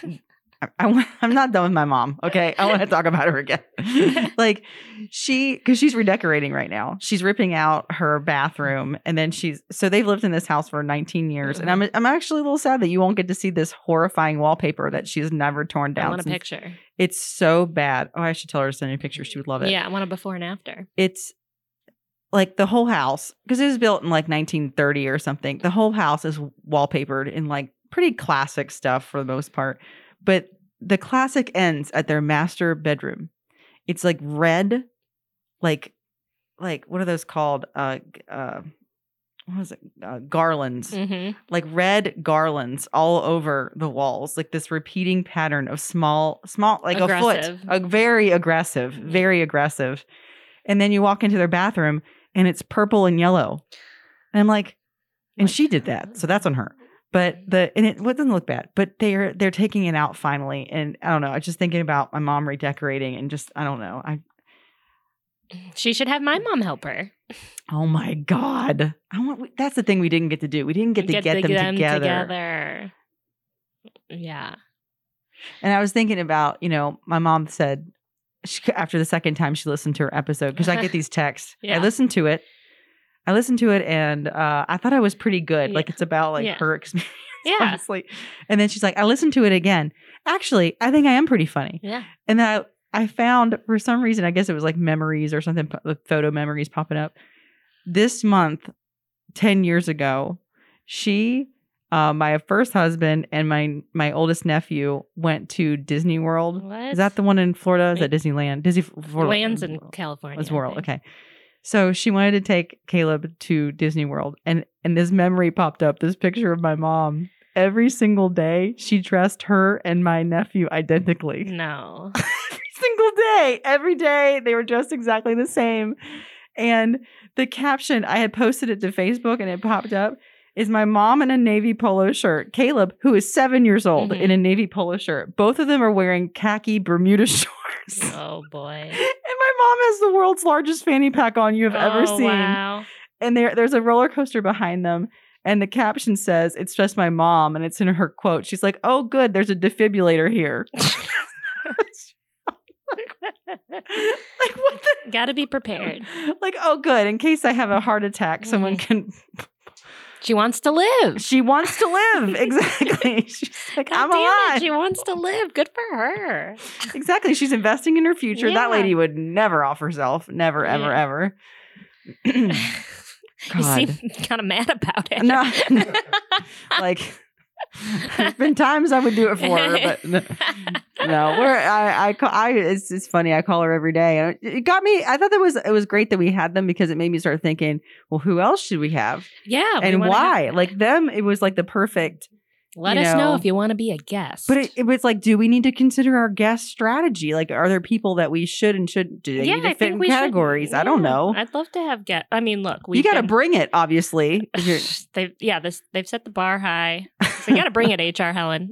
I, I, want- I'm not done with my mom. Okay, I want to talk about her again. like, she because she's redecorating right now. She's ripping out her bathroom, and then she's so they've lived in this house for 19 years, and Mm-hmm. I'm I'm actually a little sad that you won't get to see this horrifying wallpaper that she's never torn I down. want a since- picture. It's so bad. Oh, I should tell her to send me a picture. She would love it Yeah, I want a before and after. it's like the whole house because it was built in like 1930 or something. The whole house is wallpapered in like pretty classic stuff for the most part, but the classic ends at their master bedroom. It's like red, like like what are those called? Uh, g- uh, what was it? Uh, garlands, Mm-hmm. like red garlands all over the walls, like this repeating pattern of small, small, like Aggressive. a foot, a very aggressive, very aggressive. And then you walk into their bathroom and it's purple and yellow. And I'm like, and she did that, so that's on her. But the and it doesn't look bad, but they're they're taking it out finally. And I don't know. I was just thinking about my mom redecorating and just I don't know. I She should have my mom help her. Oh my God. I want that's the thing we didn't get to do. We didn't get to get, them, together. together. Yeah. And I was thinking about, you know, my mom said she, after the second time she listened to her episode, because I get these texts. Yeah. I listened to it. I listened to it and uh, I thought I was pretty good. Yeah. Like it's about like Yeah. her experience, Yeah. honestly. And then she's like, I listened to it again. Actually, I think I am pretty funny. Yeah. And then I, I found for some reason, I guess it was like memories or something, p- with photo memories popping up. This month, 10 years ago, she, uh, my first husband, and my my oldest nephew went to Disney World. What? Is that the one in Florida? Is that Disneyland? Disney Florida. lands in California? It's I World. think. Okay. So she wanted to take Caleb to Disney World, and and this memory popped up. This picture of my mom. Every single day, she dressed her and my nephew identically Mm. No. single day. Every day they were dressed exactly the same. And the caption, I had posted it to Facebook and it popped up, is my mom in a navy polo shirt. Caleb, who is seven years old, Mhm. in a navy polo shirt. Both of them are wearing khaki Bermuda shorts. and Oh boy. my mom has the world's largest fanny pack on you have ever Oh, seen. Wow. And there, there's a roller coaster behind them. And the caption says, It's just my mom. And it's in her quote. She's like, Oh, good. There's a defibrillator here. like, what the Gotta be prepared. like, oh, good. In case I have a heart attack, someone Mm-hmm. can. She wants to live. She wants to live. Exactly. She's like, God I'm damn it, alive. She wants to live. Good for her. Exactly. She's investing in her future. Yeah. That lady would never off herself. Never, ever, Yeah. ever. You God. seem kind of mad about it. No. like, there's been times I would do it for her, but no, no we're I I, call, I it's it's funny. I call her every day, and it got me. I thought that was it was great that we had them because it made me start thinking. Well, who else should we have, yeah. Oh, we and wanna why? have- like them, it was like the perfect let you us know, know. if you want to be a guest. But it, it was like, do we need to consider our guest strategy? Like, are there people that we should and should do they need to fit in should- categories? I don't yeah, know. I'd love to have guest. I mean, look, we you got to bring it, obviously. if you're- They've yeah, this they've set the bar high. So you got to bring it, HR Helen.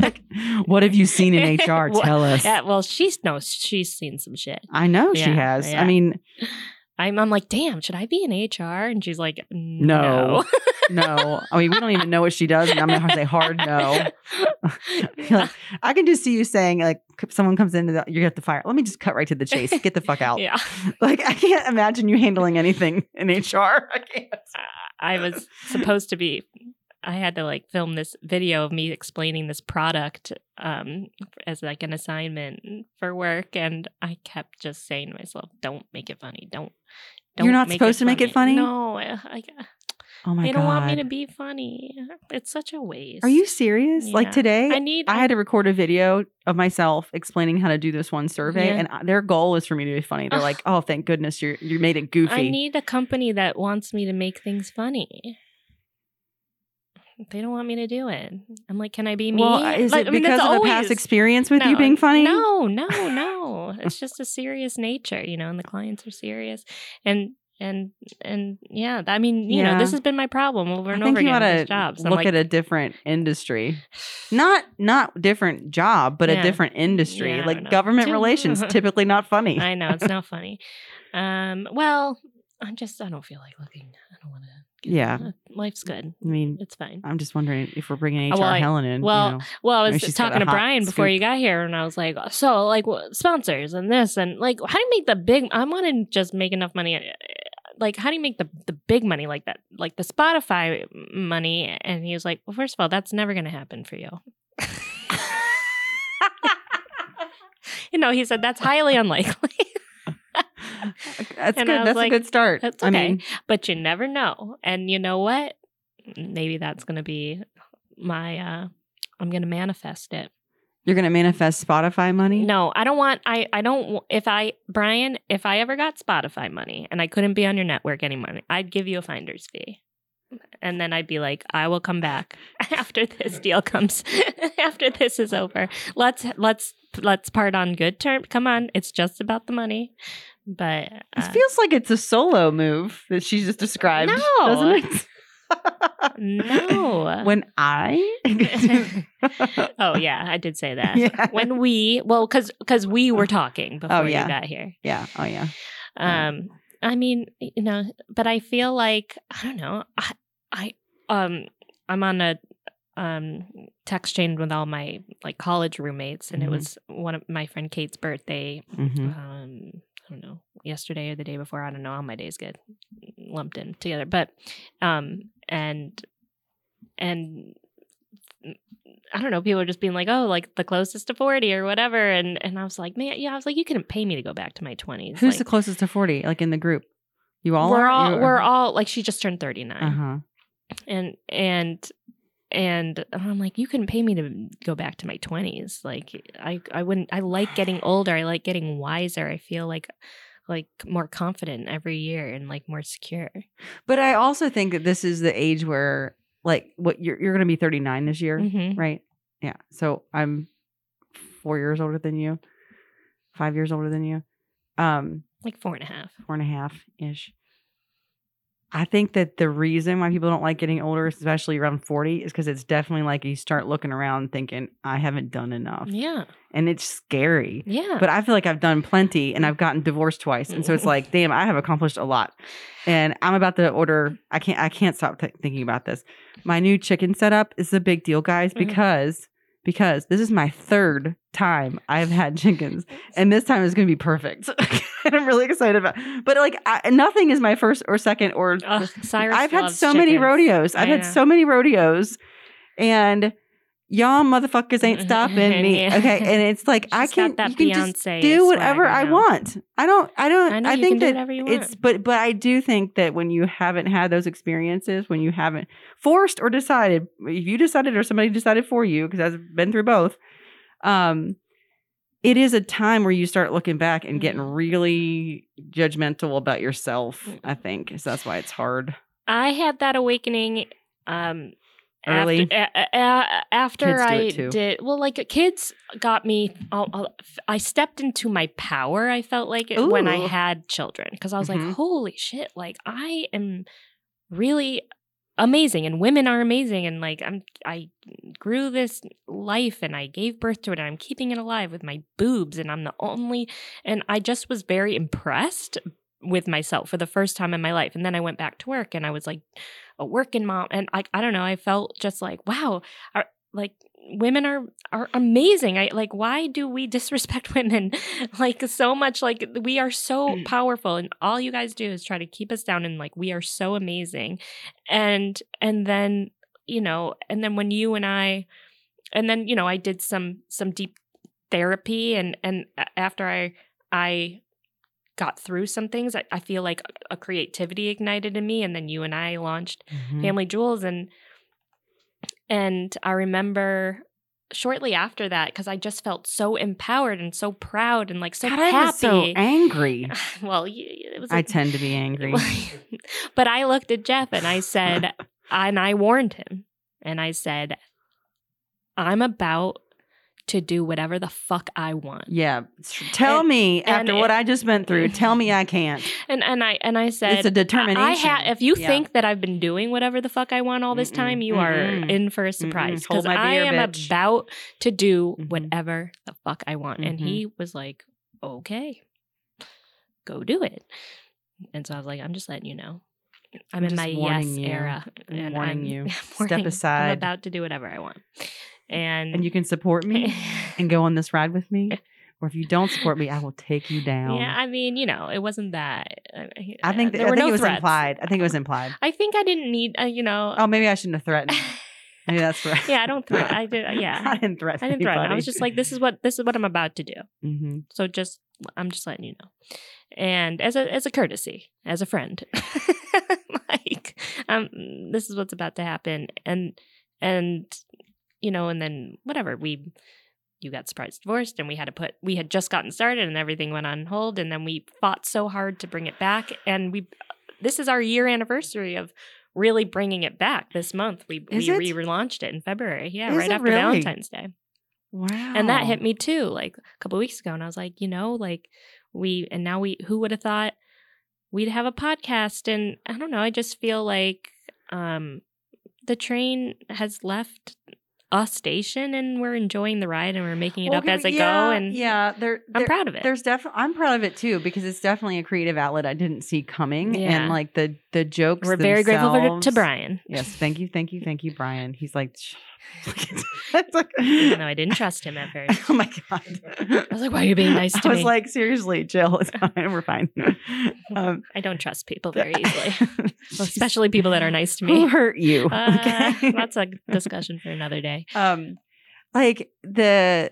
like, what have you seen in HR? What- Tell us. Yeah, well, she's no, she's seen some shit. I know she Yeah, has. yeah. I mean, I'm, I'm like, damn, should I be in HR? And she's like, no. no, no. I mean, we don't even know what she does, and I'm gonna say hard no. Like, I can just see you saying like, c- someone comes in, you have to fire. Let me just cut right to the chase. Get the fuck out. yeah, Like, I can't imagine you handling anything in HR. I can't. I was supposed to be. I had to like film this video of me explaining this product um, as like an assignment for work, and I kept just saying to myself, "Don't make it funny. Don't." You're don't not make supposed to make it funny? No, I, I, Oh my they god. don't want me to be funny. It's such a waste. Are you serious? Yeah. Like today, I I, need. had to record a video of myself explaining how to do this one survey, Yeah. and I- their goal was for me to be funny. They're Ugh. like, "Oh, thank goodness you you made it goofy." I need a company that wants me to make things funny. They don't want me to do it. I'm like, can I be me? well, is Like, it I mean, because that's of a always- past experience with you No, being funny? No, no, no. it's just a serious nature, you know, and the clients are serious. And and and yeah, I mean, you know, Yeah. this has been my problem over I and think over you again. ought in to These jobs. I'm look like, at a different industry, not not different job, but Yeah. a different industry. Yeah, I don't know. like government Too- relations, typically not funny. I know it's not funny. Um, well, I'm just I don't feel like looking. I don't want to. yeah, life's good. I mean, It's fine. I'm just wondering if we're bringing Oh, HR well, I- Helen in. you well, know. Well, I Maybe was she's got talking a to hot Brian before scoop. you got here, and I was like, so like wh- sponsors and this and like, how do you make the big? I want to just make enough money. uh, Like, how do you make the the big money like that? Like the Spotify money? And he was like, well, first of all, that's never going to happen for you. you know, he said that's highly unlikely, that's and good. I was That's like, a good start. "That's I okay." mean, but you never know. And you know what? Maybe that's going to be my. uh I'm going to manifest it. you're going to manifest Spotify money. No, I don't want. I I don't. w- If I Brian, if I ever got Spotify money and I couldn't be on your network anymore, I'd give you a finder's fee, and then I'd be like, I will come back after this deal comes, after this is over. Let's let's let's part on good terms. Come on, it's just about the money. But This uh, feels like it's a solo move that she just described. No. doesn't no. it? when I, oh yeah, I did say that. Yeah. Oh, When we well, because because we were talking before yeah. you got here. yeah, oh yeah, Um, I mean, you know, but I feel like I don't know. I, I um, I'm on a um text chain with all my like college roommates, and Mhm. it was one of my friend Kate's birthday. Mm-hmm. Um, I don't know, yesterday or the day before. I don't know how my days get lumped in together, but um, and and mm, I don't know. People are just being like, "Oh, like the closest to forty or whatever," and and I was like, "Man, yeah." I was like, "You couldn't pay me to go back to my 20s. Who's like, the closest to 40, like in the group? You all we're are? all You are? we're all like she just turned 39 Uh-huh. and and and i'm like you couldn't pay me to go back to my 20s like i i wouldn't i like getting older i like getting wiser i feel like like more confident every year and like more secure But I also think that this is the age where, like, what you're, you're going to be 39 this year, Mhm. right? Yeah. So I'm four years older than you, five years older than you, um, like four and a half four and a half ish. I think that the reason why people don't like getting older, especially around 40, is because it's definitely like you start looking around thinking, I haven't done enough. yeah And it's scary. yeah but I feel like I've done plenty and I've gotten divorced twice. And so it's Mm-hmm. like, damn, I have accomplished a lot. And I'm about to order I can't I can't stop th- thinking about this. My new chicken setup is a big deal, guys, Mhm. because because this is my third time I've had chickens and this time is going to be perfect. and I'm really excited about. But like I, nothing is my first or second or Ugh, Cyrus I've had loves so many chickens. rodeos. I've I had know. so many rodeos and y'all motherfuckers ain't stopping me. Yeah. Okay. And it's like I She's got can't that you can just Beyonce do whatever swagger I now. want. I don't I don't I I, know, you think can do that whatever you it's want. but but I do think that when you haven't had those experiences, when you haven't forced or decided, if you decided or somebody decided for you, because I've been through both, um, it is a time where you start looking back and getting Mhm. really judgmental about yourself, Mm. I think. So that's why it's hard. I had that awakening um Early. after, a- a- a- after Kids do I it too. did well like kids got me I'll- I'll- I stepped into my power I felt like it when I Ooh. had children cuz I was Mhm. like holy shit like I am really amazing and women are amazing and like I'm I grew this life and I gave birth to it and I'm keeping it alive with my boobs and I'm the only and I just was very impressed with myself for the first time in my life and then I went back to work and I was like a working mom and like I don't know I felt just like wow are, like women are are amazing I like why do we disrespect women like so much like we are so powerful and all you guys do is try to keep us down and like we are so amazing and and then you know and then when you and I and then you know I did some some deep therapy and and a- after I I got through some things I, I feel like a creativity ignited in me and then you and I launched Mm-hmm. Family Jewels and and I remember shortly after that cuz I just felt so empowered and so proud and like so God, I happy was so angry. well y- it was I like- tend to be angry. but I looked at Jeff and I said, and I warned him, and I said, I'm about to do whatever the fuck I want. Yeah. s- Tell And- me and after it- what I just went through, tell me I can't. And and I and I said, it's a determination. I ha- if you Yeah. think that I've been doing whatever the fuck I want all this Mm-mm. time, you Mm-mm. are in for a surprise because Hold my I beer, am bitch. about to do Mhm. whatever the fuck I want. And Mhm. he was like, okay, go do it. And so I was like, I'm just letting you know. I'm, I'm in just my yes warning you. era. I'm and warning I'm- you. I'm Step warning- aside. I'm about to do whatever I want. And, and you can support me and go on this ride with me, or if you don't support me, I will take you down. yeah, I mean, you know, it wasn't that. uh, I, think that, there I were think no it was threats. implied. I think it was implied. I think I didn't need, uh, you know. Oh, maybe I shouldn't have threatened. Maybe that's right. Yeah, I don't threat- I did- yeah. I didn't threaten. I didn't threaten. I was just like, this is what this is what I'm about to do. hmm So just I'm just letting you know. And as a as a courtesy, as a friend. like um this is what's about to happen and and you know and then whatever we you got surprised divorced and we had to put we had just gotten started and everything went on hold and then we fought so hard to bring it back and we this is our year anniversary of really bringing it back this month we Is we it? relaunched it in february yeah Is right it after really? valentine's day Wow. and Oh. that hit me too like a couple weeks ago and i was like you know like we and now we who would have thought we'd have a podcast and i don't know i just feel like um the train has left a station and we're enjoying the ride and we're making it Well, up as I yeah, go. And yeah, there, I'm there- proud of it. There's definitely I'm proud of it too because it's definitely a creative outlet I didn't see coming, Yeah. and like the the jokes. we're very grateful for, themselves- to Brian. Yes, thank you, thank you, thank you, Brian. He's like, "Shh." It's like- Even though I didn't trust him at first. oh my god. I was like, why are you being nice to I was me? like, seriously, Jill, it's fine. We're fine. Um, I don't trust people very yeah. easily, especially people that are nice to who me. hurt you. Uh, okay. That's a discussion for another day. um like the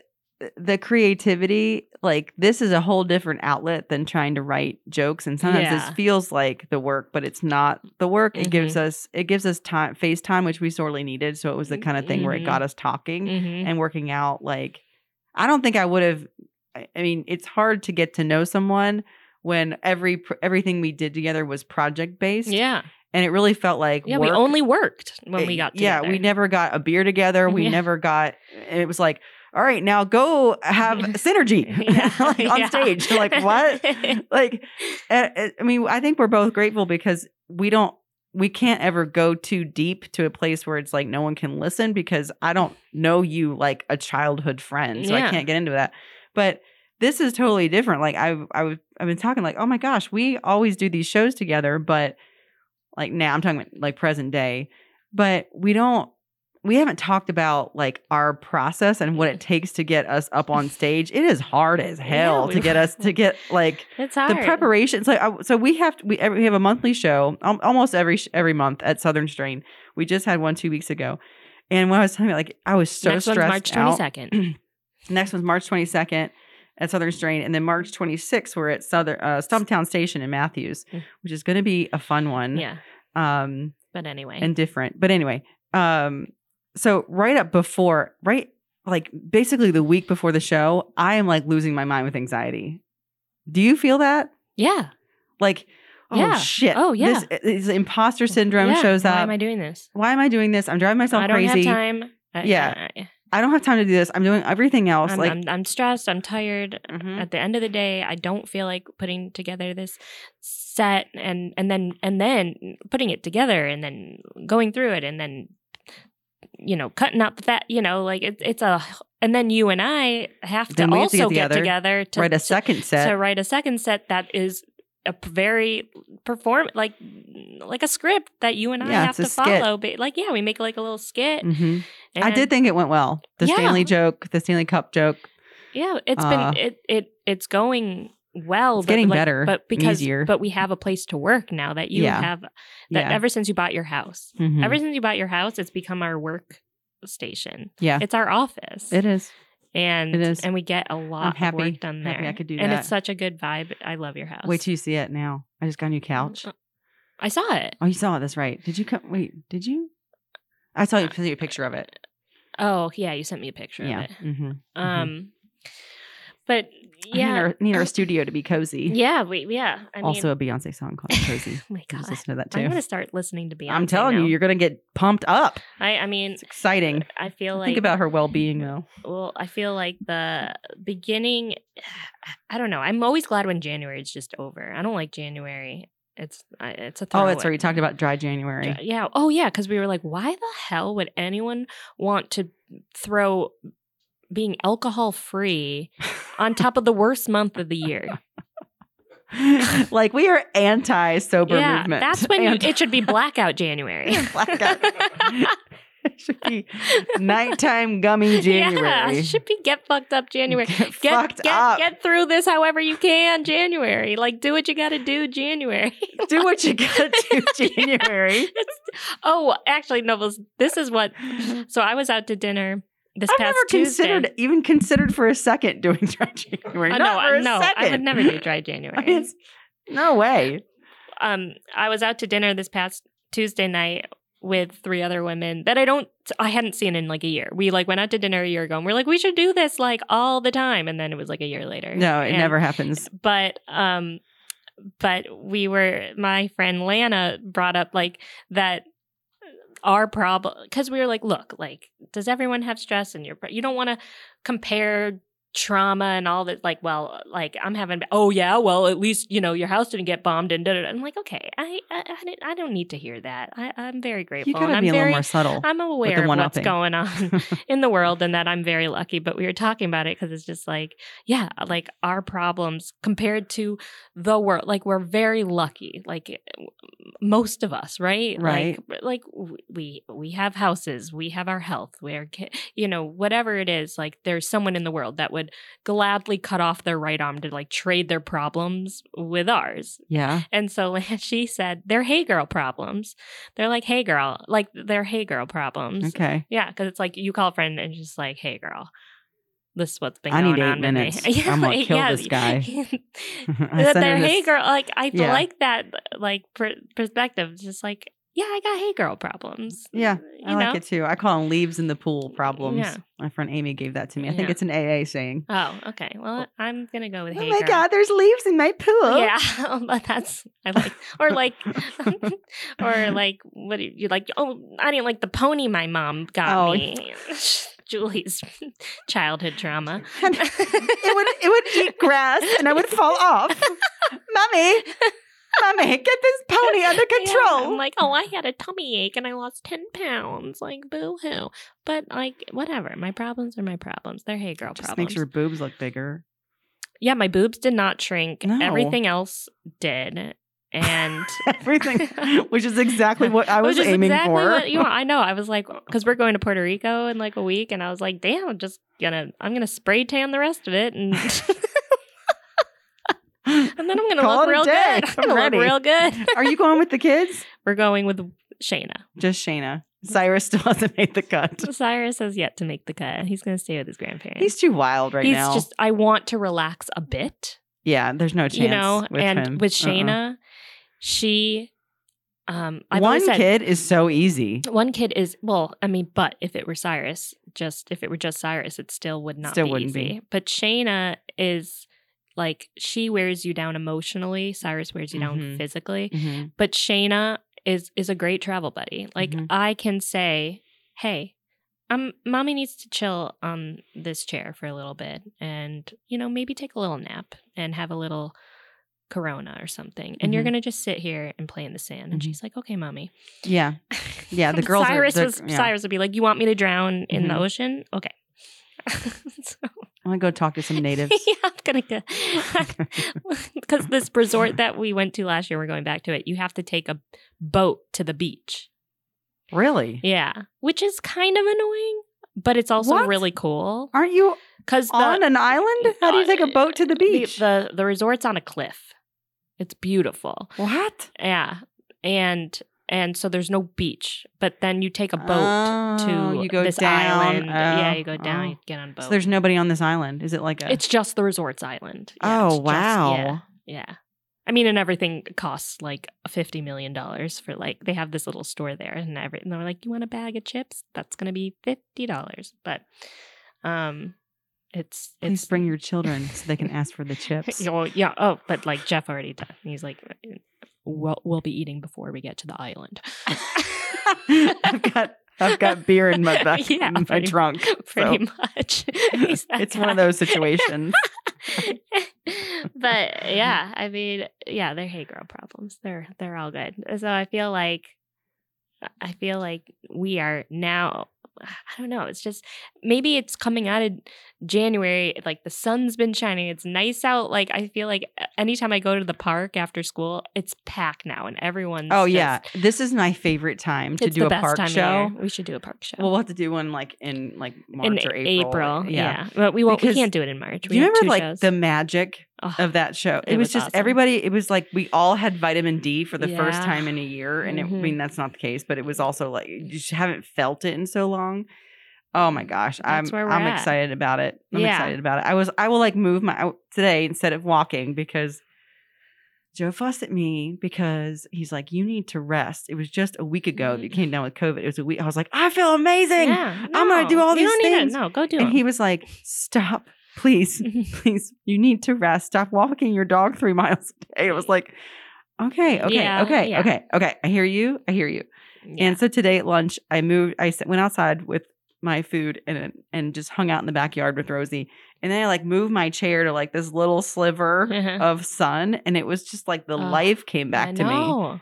the creativity like this is a whole different outlet than trying to write jokes and sometimes Yeah. Mm-hmm. this feels like the work but it's not the work it gives us it gives us time face time which we sorely needed so it was the kind of thing where it Mhm. got us talking Mhm. and working out like i don't think i would have I- i mean it's hard to get to know someone when every pr- everything we did together was project based Yeah, and it really felt like yeah. work We only worked when it- we got yeah together. we never got a beer together we Yeah. never got it was like all right now go have synergy Yeah, like, on yeah. stage like what like eh, eh, i mean i think we're both grateful because we don't we can't ever go too deep to a place where it's like no one can listen because i don't know you like a childhood friend so i Yeah. can't get into that but this is totally different like i i was i've been talking like oh my gosh we always do these shows together but like now i'm talking about like present day but we don't we haven't talked about like our process and what it takes to get us up on stage it is hard as hell we- to get us to get like It's hard. the preparations like I, so we have to, we, every, we have a monthly show um, almost every sh- every month at southern strain we just had one two weeks ago and when i was talking about like i was so Next one's stressed March out 22nd. next one's March 22nd at Southern Strain, and then March 26th we're at Southern uh, Stumptown Station in Matthews, Mm. which is going to be a fun one, Yeah, um, but anyway. and different. But anyway, um, so right up before, right like basically the week before the show, I am like losing my mind with anxiety. Do you feel that? yeah. Like, oh Yeah. shit! Oh, yeah. this is imposter syndrome yeah. shows up. Why am I doing this? Why am I doing this? I'm driving myself I don't crazy. have time. I- Yeah. I- I don't have time to do this. I'm doing everything else. I'm, like, I'm, uh, I'm stressed. I'm tired. Mhm. At the end of the day, I don't feel like putting together this set and and then and then putting it together and then going through it and then you know cutting out the fat. You know, like it, it's a and then you and I have to Then we have to also get get together, together, to write a to- second set. to write a second set that is a p- very perform like like a script that you and I Yeah, have it's a to skit. follow. But like, yeah, we make like a little skit. Mhm. I and- did think it went well. The Yeah. Stanley joke, the Stanley Cup joke. Yeah, it's Uh, been it it it's going well. It's but getting like- better but and because easier. but we have a place to work now that you Yeah. have that Yeah. ever since you bought your house. Mhm. Ever since you bought your house, it's become our work station. Yeah. it's our office, it is. and it is. and we get a lot of happy- work done there. happy I could do and that. it's such a good vibe. I love your house. Wait till you see it now. I just got a new Mm, couch. I saw it. Oh, you saw it. That's right. Did you come? Wait, did you? I saw you sent you a picture of it. Oh yeah, you sent me a picture yeah. of it. Mm-hmm. Um, but Yeah. Need yeah, our, need our studio to be cozy. yeah, we yeah. I mean, also, a Beyonce song called "Cozy." oh my You god, just listen to that too. I'm gonna start listening to Beyonce. I'm telling you, now. you're gonna get pumped up. I, I mean, It's exciting. I feel like Think about her well-being though. well, I feel like the beginning. I don't know. I'm always glad when January is just over. I don't like January. It's I- it's a Oh, throwaway. that's right. You talked about dry January. Yeah. Oh, yeah. Because we were like, why the hell would anyone want to throw being alcohol free on top of the worst month of the year? like we are anti-sober yeah, movement. that's when you, Anti- it should be blackout January. Blackout. it should be nighttime gummy January. Yeah, it should be get fucked up January. Get get fucked get, up. get through this however you can January. Like do what you got to do January. do what you gotta do January. It's- oh, actually, Nobles, this is what. So I was out to dinner this I've past never Tuesday. considered, even considered for a second doing dry January. Uh, Not no, for uh, a no, I second. would never do dry January. I mean, it's- no way. um, I was out to dinner this past Tuesday night with three other women that I don't I hadn't seen in like a year. We like went out to dinner a year ago and we're like, we should do this like all the time. And then it was like a year later. No, it And- never happens. but um but we were my friend lana brought up like that our problem because we were like look like does everyone have stress and you're you don't want to compare trauma and all that like well like i'm having oh yeah well at least you know your house didn't get bombed and da, da, da. i'm like okay i i, I, didn't- I don't need to hear that I, i'm very grateful You got and to i'm be a very little more subtle. i'm aware of what's one-upping. going on in the world and that i'm very lucky but we were talking about it because it's just like yeah like our problems compared to the world like we're very lucky like eh, w- most of us right Right. like, like w- we we have houses we have our health we're you know whatever it is like there's someone in the world that would gladly cut off their right arm to like trade their problems with ours yeah. and so like, she said they're hey girl problems they're like hey girl like they're hey girl problems Okay. yeah, because it's like you call a friend and she's like, "Hey, girl, this is what's been I going need eight on with me." minutes. I'm gonna kill this guy. I that sent they're her this- hey girl, like I Yeah. like that like per- perspective. It's Just like, yeah, I got hey girl problems. Yeah, you I know. like it too. I call them leaves in the pool problems. Yeah. My friend Amy gave that to me. I think Yeah. it's an AA saying. Oh, okay. Well, I'm gonna go with hey oh my girl. God, there's leaves in my pool. Yeah, um, but that's I like, or like, or like, what do you like? Oh, I didn't like the pony my mom got Oh. me. Julie's childhood trauma. And it would it would eat grass and I would fall off. Mummy, mummy, get this pony Yeah, under I'm control. like, oh, I had a tummy ache and I lost 10 pounds. Like, boo hoo. But, like, whatever. My problems are my problems. They're hey girl Just problems. makes your boobs look bigger. yeah, my boobs did not shrink. No. Everything else did. And Everything, which is exactly what I was Which is aiming exactly for. What, you know, I know. I was like, because we're going to Puerto Rico in like a week, and I was like, damn, I'm just gonna, I'm gonna spray tan the rest of it, and and then I'm gonna Call look it a real good. day. I'm gonna I'm ready. look real good. Are you going with the kids? We're going with Shayna. Just Shayna. Cyrus still hasn't made the cut. Cyrus has yet to make the cut. He's gonna stay with his grandparents. He's too wild right He's now. just I want to relax a bit, yeah, there's no chance. you know. with and him. with Uh-uh. Shayna, she um I've one always said kid is so easy. one kid is well, I mean, but if it were Cyrus, just if it were just Cyrus, it still would not Still be wouldn't be. easy. But Shayna is like she wears you down emotionally, Cyrus wears you down Mhm. physically. Mhm. But Shayna is is a great travel buddy. Like Mhm. I can say, "Hey, um, mommy needs to chill on this chair for a little bit, and you know maybe take a little nap and have a little Corona or something." And you're Mhm. gonna just sit here and play in the sand. And Mhm. she's like, "Okay, mommy." Yeah, Yeah, the girls are- Cyrus they're- was yeah. Cyrus would be like, "You want me to drown in the Mhm. ocean? Okay." So- I'm gonna go talk to some natives. yeah, I'm gonna go because this resort that we went to last year, we're going back to it. You have to take a boat to the beach. really? Yeah, which is kind of annoying, but it's also What? really cool Aren't you because on the, an island? How do you take a boat to the the beach? the the resort's on a cliff. It's beautiful. what? Yeah, and and so there's no beach, but then you take a boat Oh, to you go this down. island. yeah, Oh, you go down, oh. you get on a boat. So there's nobody on this island. Is it like a? It's just the resort's island. Yeah, oh it's just- wow. yeah, yeah. I mean, and everything costs like fifty million dollars for like they have this little store there, and every and they're like, you want a bag of chips? That's gonna be fifty dollars. But, um, it's Please it's bring your children so they can ask for the chips. Oh, yeah. Oh, but like Jeff already done. He's like, we'll we'll be eating before we get to the island. I've got I've got beer in my back Yeah, in my pretty- trunk. pretty much. He's that it's one of guy. those situations. but yeah, I mean, yeah, they're hey girl problems. They're they're all good. So I feel like I feel like we are now I don't know, it's just maybe it's coming out of January, like the sun's been shining, it's nice out. Like I feel like anytime I go to the park after school, it's packed now and everyone's oh just- yeah, this is my favorite time to it's do the a best park time of show. year. We should do a park show. Well, we'll have to do one like in like March in or April. yeah. But we won't Because- we can't do it in March. Do We you have remember two like shows. the magic Oh, of that show? It, it was, was just awesome. everybody. It was like we all had vitamin D for the first Yeah. time in a year, and it, I Mhm. mean that's not the case, but it was also like you just haven't felt it in so long. Oh my gosh, That's I'm where we're I'm at. excited about it. I'm Yeah. excited about it. I was I will like move my out today instead of walking because Joe fussed at me because he's like, you need to rest. It was just a week ago that Mm-hmm. you came down with COVID. It was a week. I was like, I feel amazing. Yeah, I'm gonna do no, all you these don't need to- Mm-hmm. things. no, go do And he it. was like, Stop, please, please, you need to rest. Stop walking your dog three miles a day. It was like, Okay, okay, Yeah, okay, yeah. okay, okay. I hear you. I hear you. And so today at lunch, I moved, I s- went outside with my food and and just hung out in the backyard with Rosie And then I like moved my chair to like this little sliver Uh-huh. of sun, and it was just like the Ugh, life came back I to me. know.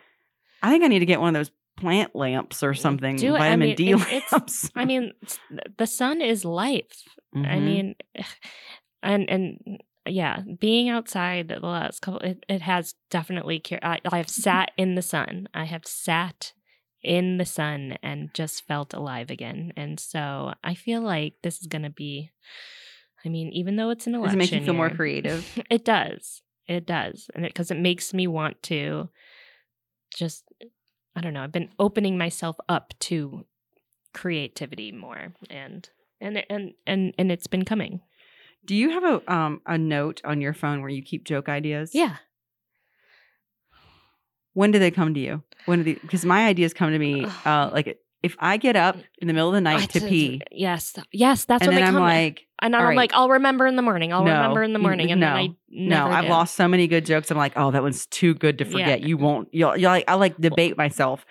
I think I need to get one of those plant lamps or something, Do it. I vitamin mean, D it- it's- lamps. I mean, s- the sun is life. I Mhm. mean, and and yeah, being outside the last couple, it, it has definitely. cur- I, I have sat in the sun. I have sat in the sun and just felt alive again. And so I feel like this is going to be. I mean, even though it's an Does election, it make you feel more year, creative? It does. It does, and because it makes me want to just. I don't know. I've been opening myself up to creativity more, and and and and and it's been coming. Do you have a um a note on your phone where you keep joke ideas? Yeah. When do they come to you? When do they? Because my ideas come to me uh like if I get up in the middle of the night Mm. I to just- pee, Yes. Yes. That's and when then they I'm come. like, and then all I'm right. like, I'll remember in the morning. I'll No. remember in the You- morning. And then I no. never no, I've do. lost so many good jokes. I'm like, oh, that one's too good to Yeah. forget. You won't. You'll, you'll like. I like debate myself.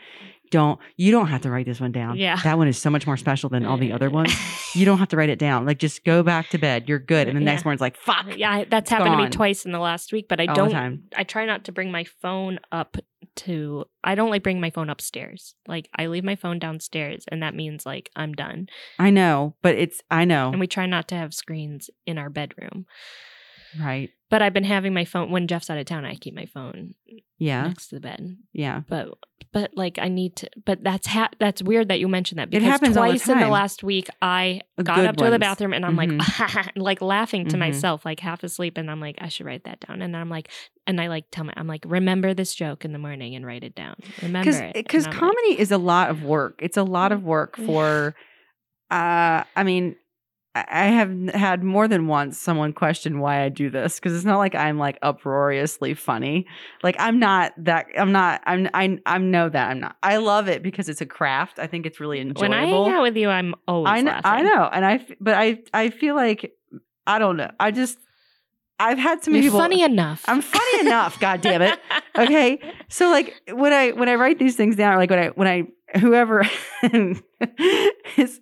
Don't you don't have to write this one down. Yeah. that one is so much more special than all the other ones. You don't have to write it down. Like just go back to bed. You're good. And the next Yeah. morning's like, fuck. yeah, I- that's It's happened to me gone. twice in the last week, but I all the don't. time. I try not to bring my phone up to. I don't like bring my phone upstairs. Like I leave my phone downstairs, and that means like I'm done. I know, but it's I know. And we try not to have screens in our bedroom. right. But I've been having my phone when Jeff's out of town. I keep my phone Yeah. next to the bed, Yeah. but but like I need to. But that's ha- that's weird that you mentioned that It because happens all the twice in the time. last week I The got good up to the ones. bathroom and I'm like like laughing to Mhm. myself like half asleep and I'm like I should write that down and I'm like and I like tell my I'm like remember this joke in the morning and write it down remember Because it Mm. because And I'm comedy is a lot of work. It's a lot of work Yeah. for. Uh, I mean, I I have n- had more than once someone question why I do this because it's not like I'm like uproariously funny. Like I'm not that. I'm not. I'm. I. I know that I'm not. I love it because it's a craft. I think it's really like, enjoyable. when I hang out with you I'm always I know, laughing I know, and I. f- But I. I feel like I don't know. I just. I've had so many you're people. funny enough I'm funny enough. God damn it. okay so like when i when i write these things down or like when i when i whoever is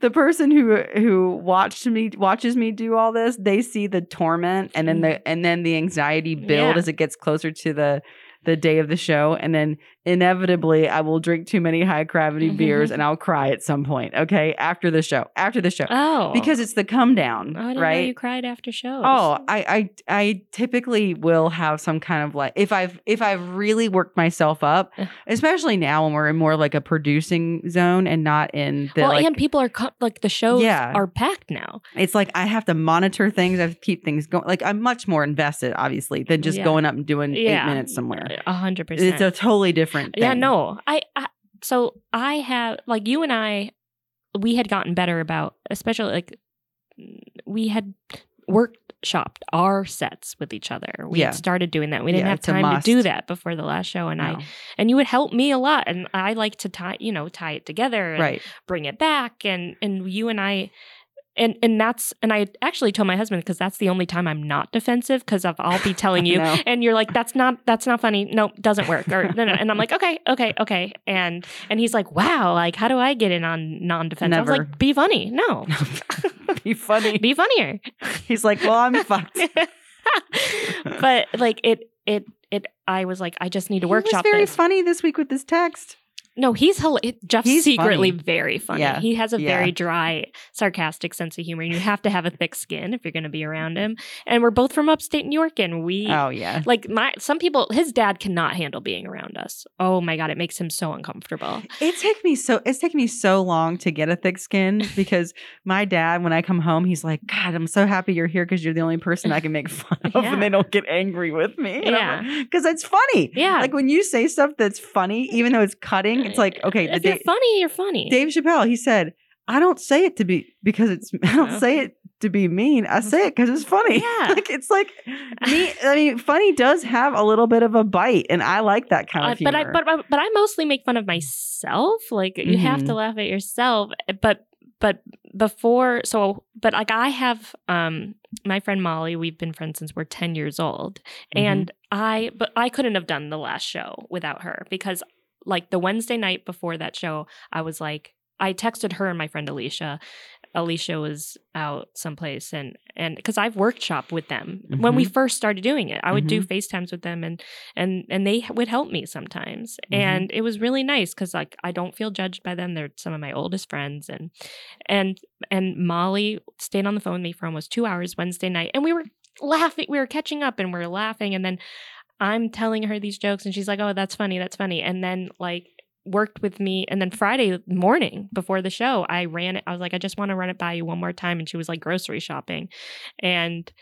the person who who watched me watches me do all this they see the torment and then the and then the anxiety build Mm. Yeah. as it gets closer to the the day of the show and then inevitably i will drink too many high gravity beers Mm-hmm. and i'll cry at some point okay after the show after the show oh because it's the come down oh, I didn't right know you cried after shows Oh, I, I I typically will have some kind of like if I've if I've really worked myself up, Ugh. especially now when we're in more like a producing zone and not in the well like, and people are co- like the shows Yeah. are packed now it's like I have to monitor things, I have to keep things going. Like I'm much more invested, obviously, than just Yeah. going up and doing Yeah. eight minutes somewhere. a hundred percent It's a totally different. Thing. Yeah, no. I, I so I have like you and I we had gotten better about especially like we had workshopped our sets with each other. We Yeah. had started doing that. We didn't Yeah, have it's a time to do must. that before the last show and No. I and you would help me a lot and I like to tie, you know, tie it together and right. bring it back and and you and I and and that's and I actually told my husband because that's the only time I'm not defensive because I'll be telling you No. and you're like that's not that's not funny no doesn't work or no, no. and I'm like okay okay okay and and he's like wow like how do I get in on non defense I was Never. like be funny no Be funny. be funnier He's like, well, I'm fucked. but like it it it I was like I just need to workshop He was very this funny this week with this text. No, he's hila- it- Jeff's He's secretly funny. very funny. Yeah. He has a Yeah. very dry, sarcastic sense of humor, and you have to have a thick skin if you're going to be around him. And we're both from upstate New York, and we Oh yeah. like my some people. His dad cannot handle being around us. Oh my god, it makes him so uncomfortable. It took me so it's taken me so long to get a thick skin because my dad, when I come home, he's like, God, I'm so happy you're here because you're the only person I can make fun of Yeah. and they don't get angry with me. Yeah. Because it's funny. Yeah. Like when you say stuff that's funny, even though it's cutting, it's like, okay, the if you're Da- funny, you're funny. Dave Chappelle, he said, I don't say it to be because it's I don't Yeah. say it to be mean. I say it because it's funny. Yeah. like it's like me I mean, funny does have a little bit of a bite, and I like that kind Uh, of humor. but I but, but but I mostly make fun of myself. Like you have to laugh at yourself. But but before so but like I have um my friend Molly. We've been friends since we're ten years old, and I but I couldn't have done the last show without her because like the Wednesday night before that show, I was like I texted her and my friend Alicia Alicia was out someplace and and because I've workshop with them when we first started doing it, I would do FaceTimes with them and and and they would help me sometimes, Mhm. and it was really nice because like I don't feel judged by them. They're some of my oldest friends, and and and Molly stayed on the phone with me for almost two hours Wednesday night, and we were laughing. We were catching up and we were laughing, and then I'm telling her these jokes, and she's like, "Oh, that's funny, that's funny," and then like worked with me and then friday morning before the show i ran it i was like i just want to run it by you one more time and she was like grocery shopping and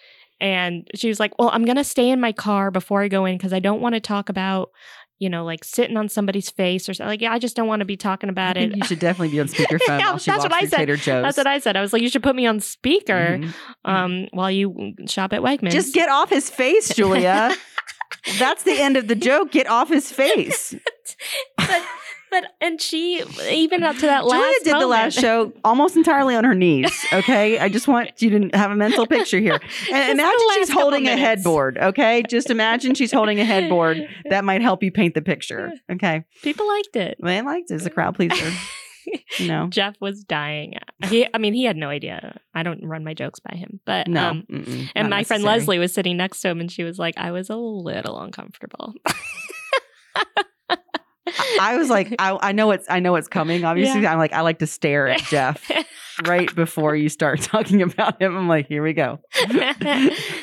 and she was like well i'm gonna stay in my car before i go in because i don't want to talk about you know like sitting on somebody's face or something like yeah, i just don't want to be talking about I think it you should definitely be on speakerphone Yeah, while she that's walks what I through said. Trader Joe's. that's what i said i was like you should put me on speaker Mhm. um while you shop at wegmans Just get off his face, Julia. That's the end of the joke. Get off his face. but but and she even up to that last Julia did the moment- last show almost entirely on her knees. Okay, I just want you to have a mental picture here. Just And the imagine she's last couple holding a minutes. headboard. Okay, just imagine she's holding a headboard. That might help you paint the picture. Okay, people liked it they liked it as a crowd pleaser. You know, Jeff was dying. He, I mean, he had no idea. I don't run my jokes by him, but no. um, mm-mm, and not my friend necessary. Leslie was sitting next to him, and she was like, "I was a little uncomfortable." I was like, I, I know it's, I know it's coming. Obviously, I'm like, I like to stare at Jeff right before you start talking about him. I'm like, here we go.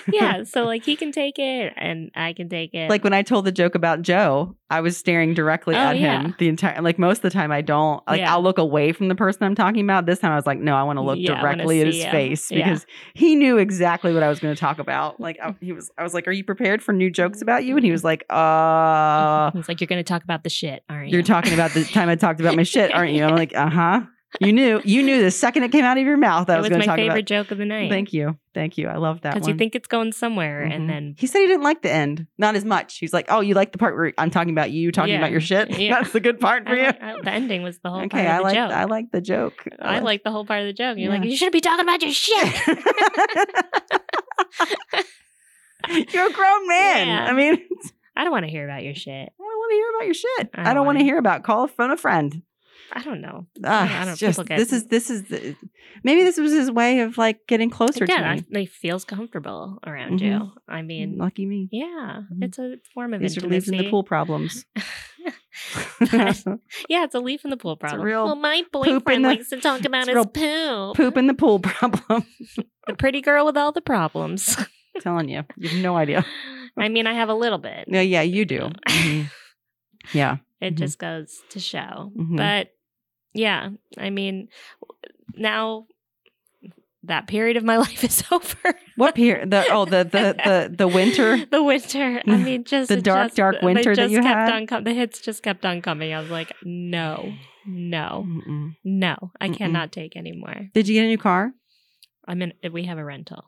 yeah, so like he can take it, and I can take it. Like when I told the joke about Joe, I was staring directly Oh, at yeah. him the entire. Like most of the time, I don't. Like Yeah. I'll look away from the person I'm talking about. This time, I was like, no, I want to look Yeah, I wanna directly at see his him. face Yeah. because he knew exactly what I was going to talk about. Like I, he was, I was like, are you prepared for new jokes about you? And he was like, uh, he's like, "You're going to talk about the shit, aren't you?" you're talking about the time I talked about my shit, aren't you? I'm like, uh huh. You knew, you knew the second it came out of your mouth. It I was was, going my to talk favorite about. joke of the night. Thank you, thank you. I love that one. because you think it's going somewhere, Mhm. and then He said he didn't like the end, not as much. He's like, "Oh, you like the part where I'm talking about you talking Yeah. about your shit? Yeah. That's the good part for I you." like- "Oh, I- the ending was the whole part Okay, of I the like joke. I like the joke. I like the whole part of the joke. You're like, Yeah. you shouldn't be talking about your shit. You're a grown man. Yeah. I mean, I don't I don't want to hear about your shit. want to hear about your shit. I I don't, don't want wanna- to hear about call a phone a friend. I don't know. Ah, I don't know, it's just- people get- this is this is the, maybe this was his way of like getting closer Again, to I, me. it feels comfortable around Mm-hmm. you. I mean, Lucky me. yeah, Mhm. it's a form of These are leaves in the intimacy. pool problems. yeah, it's a leaf in the pool problem. real well, my in boyfriend the- likes to talk about it's real his poop. Poop in the pool problem. The pretty girl with all the problems. telling you, you have no idea. I mean, I have a little bit. No, yeah, you do. Mhm. Yeah. It Mhm. just goes to show. Mhm. But yeah, I mean, now that period of my life is over. What period? The oh the the the the winter. Mm-hmm. the winter. I mean, just The it dark, just- dark they winter that just you kept had? On com- the hits just kept on coming. I was like, no, no, Mm-mm. no, I Mm-mm. cannot take anymore. Did you get a new car? Oh, I'm in. We have a rental.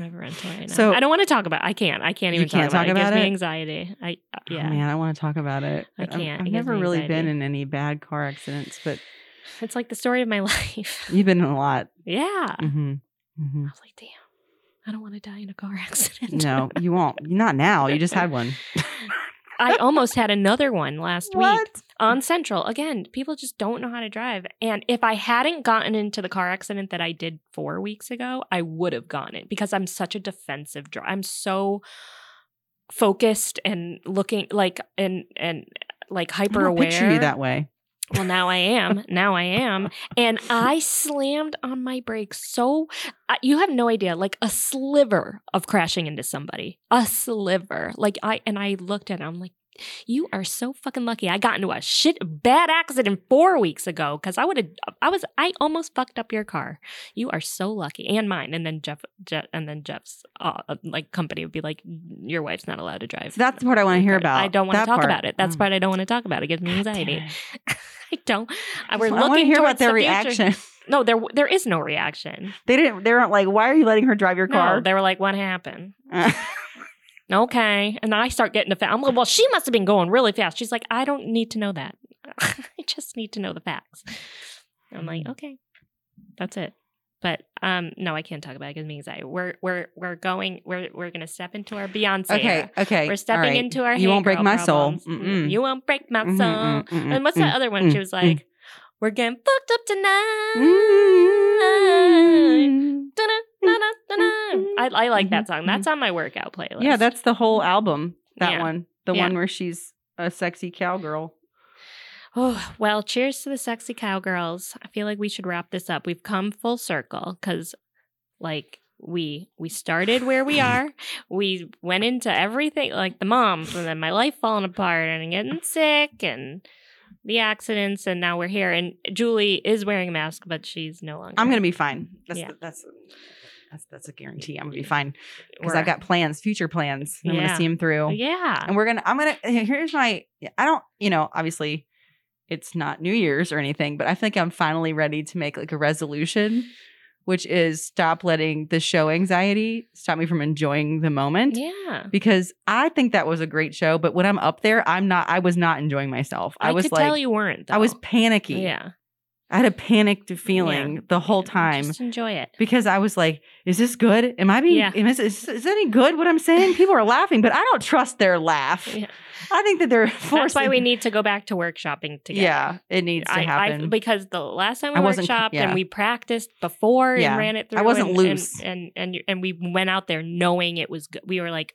We have a rental right now. So- I don't want to talk about. I can't. I can't You even can't talk about it. talk about it gives it? me anxiety. I uh, Oh, yeah. man, I want to talk about it. I I'm- can't. I've It gives never me really been anxiety. in any bad car accidents, but it's like the story of my life. you've been in a lot. yeah. hmm I hmm was like, damn. I don't want to die in a car accident. No, you won't. Not now. You just had one. I almost had another one last week. What? on Central. Again, people just don't know how to drive. And if I hadn't gotten into the car accident that I did four weeks ago, I would have gotten it because I'm such a defensive driver. I'm so focused and looking like and and like I hyper don't picture aware. you that way. Well, now I am. Now I am. And I slammed on my brakes so I you have no idea, like a sliver of crashing into somebody. A sliver. Like I and I looked at it, I'm like, you are so fucking lucky. I got into a shit bad accident four weeks ago because I would have I was I almost fucked up your car. You are so lucky. And mine. And then Jeff, Jeff and then Jeff's uh, like company would be like, your wife's not allowed to drive. So that's the part I want to hear Part- about. I don't want to That talk part. about it. That's Mm. part I don't want to talk about. It gives me Damn anxiety. it. I don't. I I we're want to looking hear towards about their the future. reaction. No, there there is no reaction. They didn't. They weren't like, "Why are you letting her drive your No, car?" they were like, "What happened?" Okay, and then I start getting offended. I'm like, "Well, she must have been going really fast." She's like, "I don't need to know that. I just need to know the facts." I'm like, "Okay, that's it." But um, no, I can't talk about it. It gives me anxiety. We're we're we're going. We're we're gonna step into our Beyonce. okay. era. Okay. we're all stepping right. into our. You hey won't break girl my soul. problems. Mm-mm. You won't break my soul. Mhm, mm, mm, And what's mm. that other one? She mm, was like, We're getting fucked up tonight. Mm-hmm. Dunna, mm, dunna, dunna. I, I like that song. That's on my workout playlist. Yeah, that's the whole album. That Yeah. one, the Yeah. one where she's a sexy cowgirl. Oh, well, cheers to the sexy cowgirls. I feel like we should wrap this up. We've come full circle cuz like we we started where we are. We went into everything like the moms and then my life falling apart and getting sick and the accidents and now we're here and Julie is wearing a mask but she's no longer. I'm gonna be fine. That's Yeah. that's that's that's a guarantee. I'm gonna be fine because We're- I've got plans, future plans. and I'm Yeah. gonna see them through. Yeah. And we're gonna. I'm gonna. eh, Here's my. I don't. You know, obviously, it's not New Year's or anything, but I think I'm finally ready to make like a resolution, which is stop letting the show anxiety stop me from enjoying the moment. Yeah. Because I think that was a great show, but when I'm up there, I'm not. I was not enjoying myself. I, I, was could like, tell you weren't. I was though. panicky. Yeah. I had a panicked feeling the whole time Just enjoy it. because I was like, "Is this good? Am I being? Yeah. Am I, is, is any good what I'm saying? People are laughing, but I don't trust their laugh. Yeah. I think that they're forcing. That's why we need to go back to workshopping together. Yeah, it needs to I, happen. I, because the last time we I wasn't c- workshopped yeah. and we practiced before Yeah. and ran it I through. wasn't and, loose. And and, and and we went out there knowing it was good. We were like,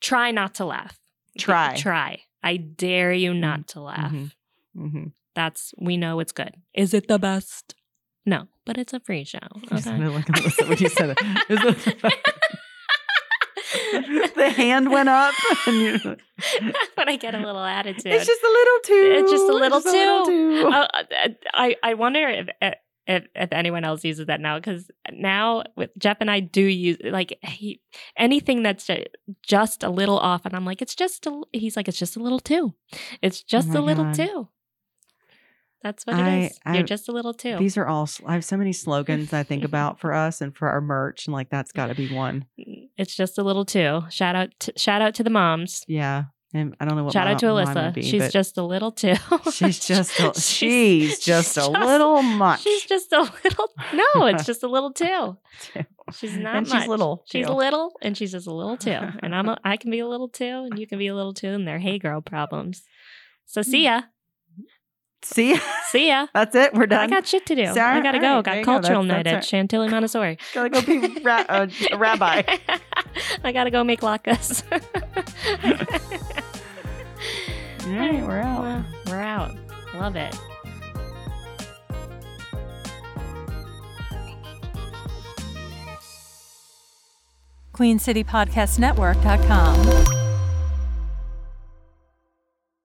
try not to laugh. Try. Try. I dare you not to laugh. Mhm. Mhm. That's we know it's good. Is it the best? No, but it's a free show. I just okay? sounded like Alyssa when you said it. Is it- the hand went up. And you, but I get a little attitude. it's just a little too. It's just a little too. Oh, I, I I wonder if if if anyone else uses that now because now with Jeff and I do use like he anything that's ju- just a little off and I'm like it's just a, l-" he's like it's just a little too, it's just Oh my a little God. too. That's what I- it is. I- You're just a little too. These are all. sl- I have so many slogans I think about for us and for our merch, and like that's got to be one. Mm, it's just a little too. Shout out to, shout out to the moms. Yeah, and I don't know what. Shout my, out to mine would Alyssa. be, She's but- just a little too. She's just a, she's, just a just- little much. She's just a little. No, it's just a little too. She's not and much. she's little. She's too. little, and she's just a little too. And I'm a, I can be a little too, and you can be a little too, and they're hey girl problems. So Hmm. see ya, See, see ya. that's it. We're I done. got shit to do. Sorry. I gotta go. All right, there got you go. cultural That's- night that's at Chantilly, Montessori. Gotta go be ra- uh, a rabbi. I gotta go make latkes. All right, we're out. Well, we're out. Love it. QueenCityPodcastNetwork.com.